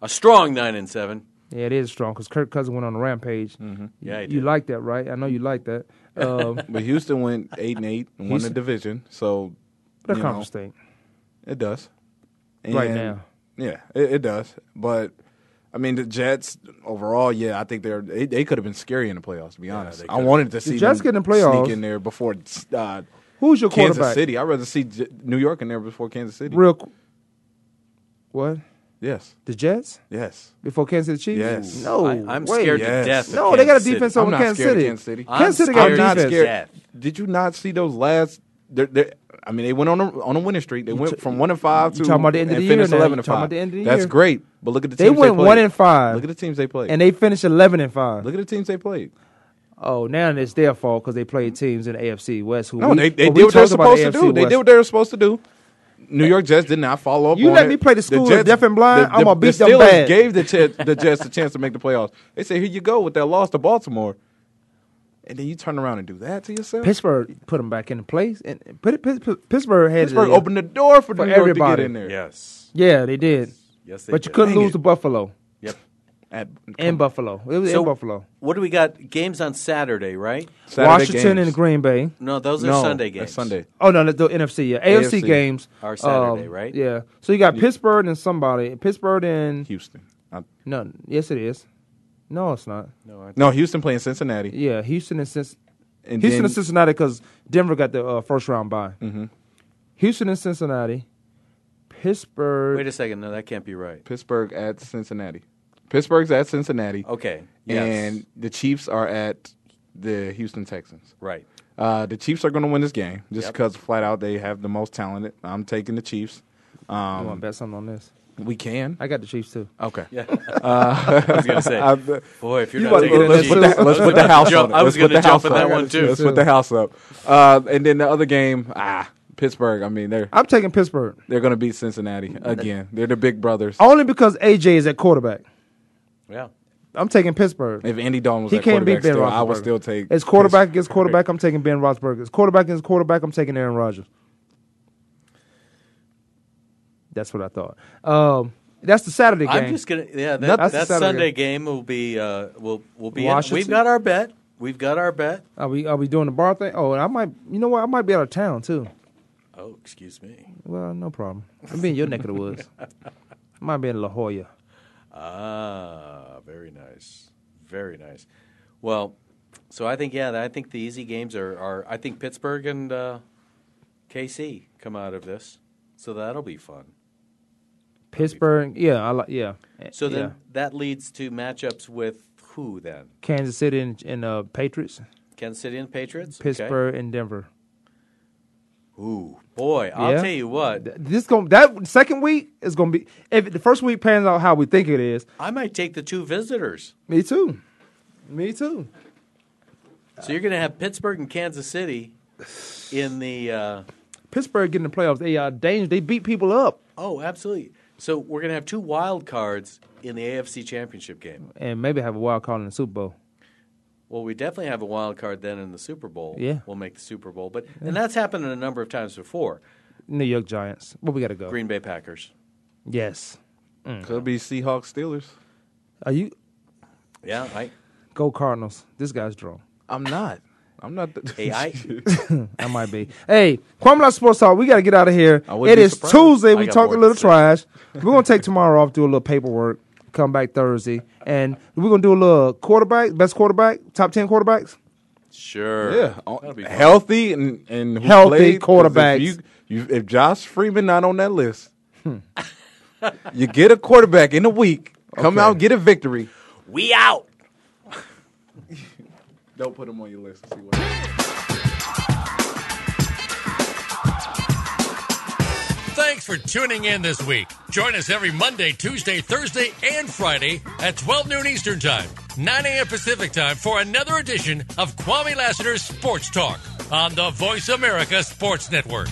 E: a strong nine and seven.
C: Yeah, it is strong because Kirk Cousins went on a rampage. Mm-hmm.
E: Yeah, he
C: you
E: did.
C: like that, right? I know you like that. Um,
D: But Houston went eight and eight and won the
C: Houston-
D: division. So
C: the
D: you know,
C: conference thing.
D: It does.
C: Right
D: And,
C: now.
D: Yeah, it, it does. But I mean, the Jets overall, yeah, I think they're they, they could have been scary in the playoffs. To be honest,
E: they
D: I
E: could've.
D: wanted to see
C: Jets
D: them
C: get in the playoffs.
D: sneak in there before uh,
C: Who's your
D: Kansas
C: quarterback?
D: City. I'd rather see J- New York in there before Kansas City.
C: Real. qu- What
D: Yes,
C: the Jets
D: yes.
C: before Kansas City Chiefs?
D: Yes.
C: No,
E: I, I'm
C: way.
E: scared
D: yes.
E: to death. of
C: No, they got a
E: Kansas City.
C: defense
D: I'm
C: over
D: not
C: Kansas
D: scared of
C: City.
D: Kansas City.
C: Kansas
E: I'm
C: City got
E: scared.
D: I'm not
C: defense.
D: scared.
E: Death.
D: Did you not see those last? They're, they're, I mean, they went on a on a winning streak. They went from one and five
C: you
D: to
C: talking about the end of
D: and
C: the year
D: finished
C: now.
D: eleven
C: You
D: and
C: talking
D: five.
C: about the end of the
D: That's
C: year.
D: great. But look at the
C: They
D: teams
C: went
D: played.
C: one and five.
D: Look at the teams they played.
C: and they finished eleven and five.
D: Look at the teams they played.
C: Oh, now it's their fault because they played teams in the AFC West. Who
D: No,
C: we,
D: they, they
C: but we
D: did what they were
C: talked about
D: supposed
C: the
D: to do.
C: AFC
D: They
C: West.
D: did what they were supposed to do. New York Jets did not follow up.
C: You
D: on
C: let
D: it.
C: me play the school of deaf and blind, I'm gonna beat
D: the
C: them
D: Steelers
C: bad.
D: gave the, Ch- the Jets a chance to make the playoffs. They said, "Here you go with that loss to Baltimore," and then you turn around and do that to yourself.
C: Pittsburgh put them back into place, and and put it, Pitts- Pittsburgh had
D: Pittsburgh
C: it.
D: opened the door for,
C: For
D: New York to
C: everybody.
D: get in there.
E: Yes.
C: Yeah, they did.
E: Yes, they
C: but you
E: did.
C: couldn't
D: Dang
C: lose
D: it.
C: to Buffalo
E: Yep.
D: At,
C: in Buffalo. It was in Buffalo.
E: What do we got? Games on Saturday, right?
D: Saturday
C: Washington
D: games.
C: and Green Bay.
E: No, those are
D: No,
E: Sunday games.
D: that's Sunday.
C: Oh no, the, the NFC. Yeah, AFC,
D: AFC.
C: games Um,
E: Are Saturday, right?
C: Yeah. So you got Pittsburgh and somebody. Pittsburgh and
D: Houston. I-
C: no. Yes, it is. No, it's not.
D: no, Houston playing Cincinnati.
C: Yeah, Houston and Cincinnati.
D: And
C: Houston
D: then-
C: and Cincinnati because Denver got the uh, first round bye. Mm-hmm. Houston and Cincinnati, Pittsburgh.
E: Wait a second. No, that can't be right.
D: Pittsburgh at Cincinnati. Pittsburgh's at Cincinnati.
E: Okay. Yes.
D: And the Chiefs are at the Houston Texans.
E: Right.
D: Uh, the Chiefs are going to win this game just
E: Yep.
D: because flat out they have the most talented. I'm taking the Chiefs.
C: you want to bet something on this?
D: We can.
C: I got the Chiefs too.
D: Okay.
E: Yeah. I was gonna say,
D: I've, uh,
E: boy, if you're
D: You
E: not
D: might-
E: taking the
D: let's, put
E: Chiefs,
D: the, let's put the
E: jump-
D: house on it.
E: I was
D: Let's put
E: gonna
D: the
E: jump
D: house
E: in
D: on
E: that
D: it.
E: one too.
D: Let's put the house up. Uh, and then the other game, ah, Pittsburgh. I mean, they're
C: I'm taking Pittsburgh
D: they're going to beat Cincinnati again. They're the big brothers.
C: only because AJ is at quarterback.
E: Yeah.
C: I'm taking Pittsburgh.
D: If Andy Dalton was
C: He
D: at
C: can't beat
D: quarterback,
C: Ben
D: still,
C: Roethlisberger.
D: I would still take.
C: It's quarterback against
D: Pittsburgh.
C: quarterback. I'm taking Ben Roethlisberger. It's quarterback against quarterback. I'm taking Aaron Rodgers. That's what I thought. Um, that's the Saturday game.
E: I'm just gonna yeah. That,
C: That's the
E: that
C: Saturday
E: Sunday game will be uh will will be in. we've
C: Washington?
E: got our bet. We've got our bet.
C: are we are we doing the bar thing? Oh, and I might. You know what? I might be out of town too.
E: Oh, excuse me.
C: Well, no problem. I'm being your neck of the woods. I might be in La Jolla.
E: Ah, very nice, very nice. Well, so I think yeah, I think the easy games are. are I think Pittsburgh and uh, KC come out of this, so that'll be fun.
C: Pittsburgh. Yeah, I like. Yeah.
E: So then
C: Yeah.
E: that leads to matchups with who then?
C: Kansas City and, and uh, Patriots,
E: Kansas City and Patriots, Okay.
C: Pittsburgh and Denver.
E: Ooh, boy, I'll
C: Yeah.
E: tell you what.
C: Th- This going that second week is gonna be if the first week pans out how we think it is.
E: I might take the two visitors.
C: Me too. Me too.
E: So you're going to have Pittsburgh and Kansas City in the. Uh,
C: Pittsburgh getting the playoffs. They are dangerous. They beat people up.
E: oh, absolutely. So we're going to have two wild cards in the AFC Championship game.
C: And maybe have a wild card in the Super Bowl.
E: Well, we definitely have a wild card then in the Super Bowl.
C: Yeah.
E: we'll make the Super Bowl, but and that's happened a number of times before.
C: New York Giants. But we gotta go.
E: Green Bay Packers.
C: Yes.
D: Could be Seahawks Steelers.
C: Are you
E: Yeah, I,
C: go Cardinals? This guy's drunk.
D: I'm not. I'm not. The,
E: hey, I,
C: I might be. Hey, Kwame Lau Sports Talk, we got to get out of here.
D: I wouldn't
C: It
D: be
C: is
D: surprised.
C: Tuesday.
E: I
C: We
E: got
C: talked a
E: more
C: little
E: to say.
C: trash. We're going to take tomorrow off, do a little paperwork, come back Thursday, and we're going to do a little quarterback, best quarterback, top 10 quarterbacks.
E: sure.
D: yeah, uh,
E: That'll be fun.
D: healthy and and who
C: Healthy
D: played, 'cause
C: quarterbacks.
D: If, you, you, if Josh Freeman not on that list, you get a quarterback in a week. Come
C: Okay.
D: out, get a victory.
E: We out.
D: Don't put him on your list. See what
J: Thanks for tuning in this week. Join us every Monday, Tuesday, Thursday, and Friday at 12 noon Eastern Time, 9 a.m. Pacific Time for another edition of Kwame Lassiter's Sports Talk on the Voice America Sports Network.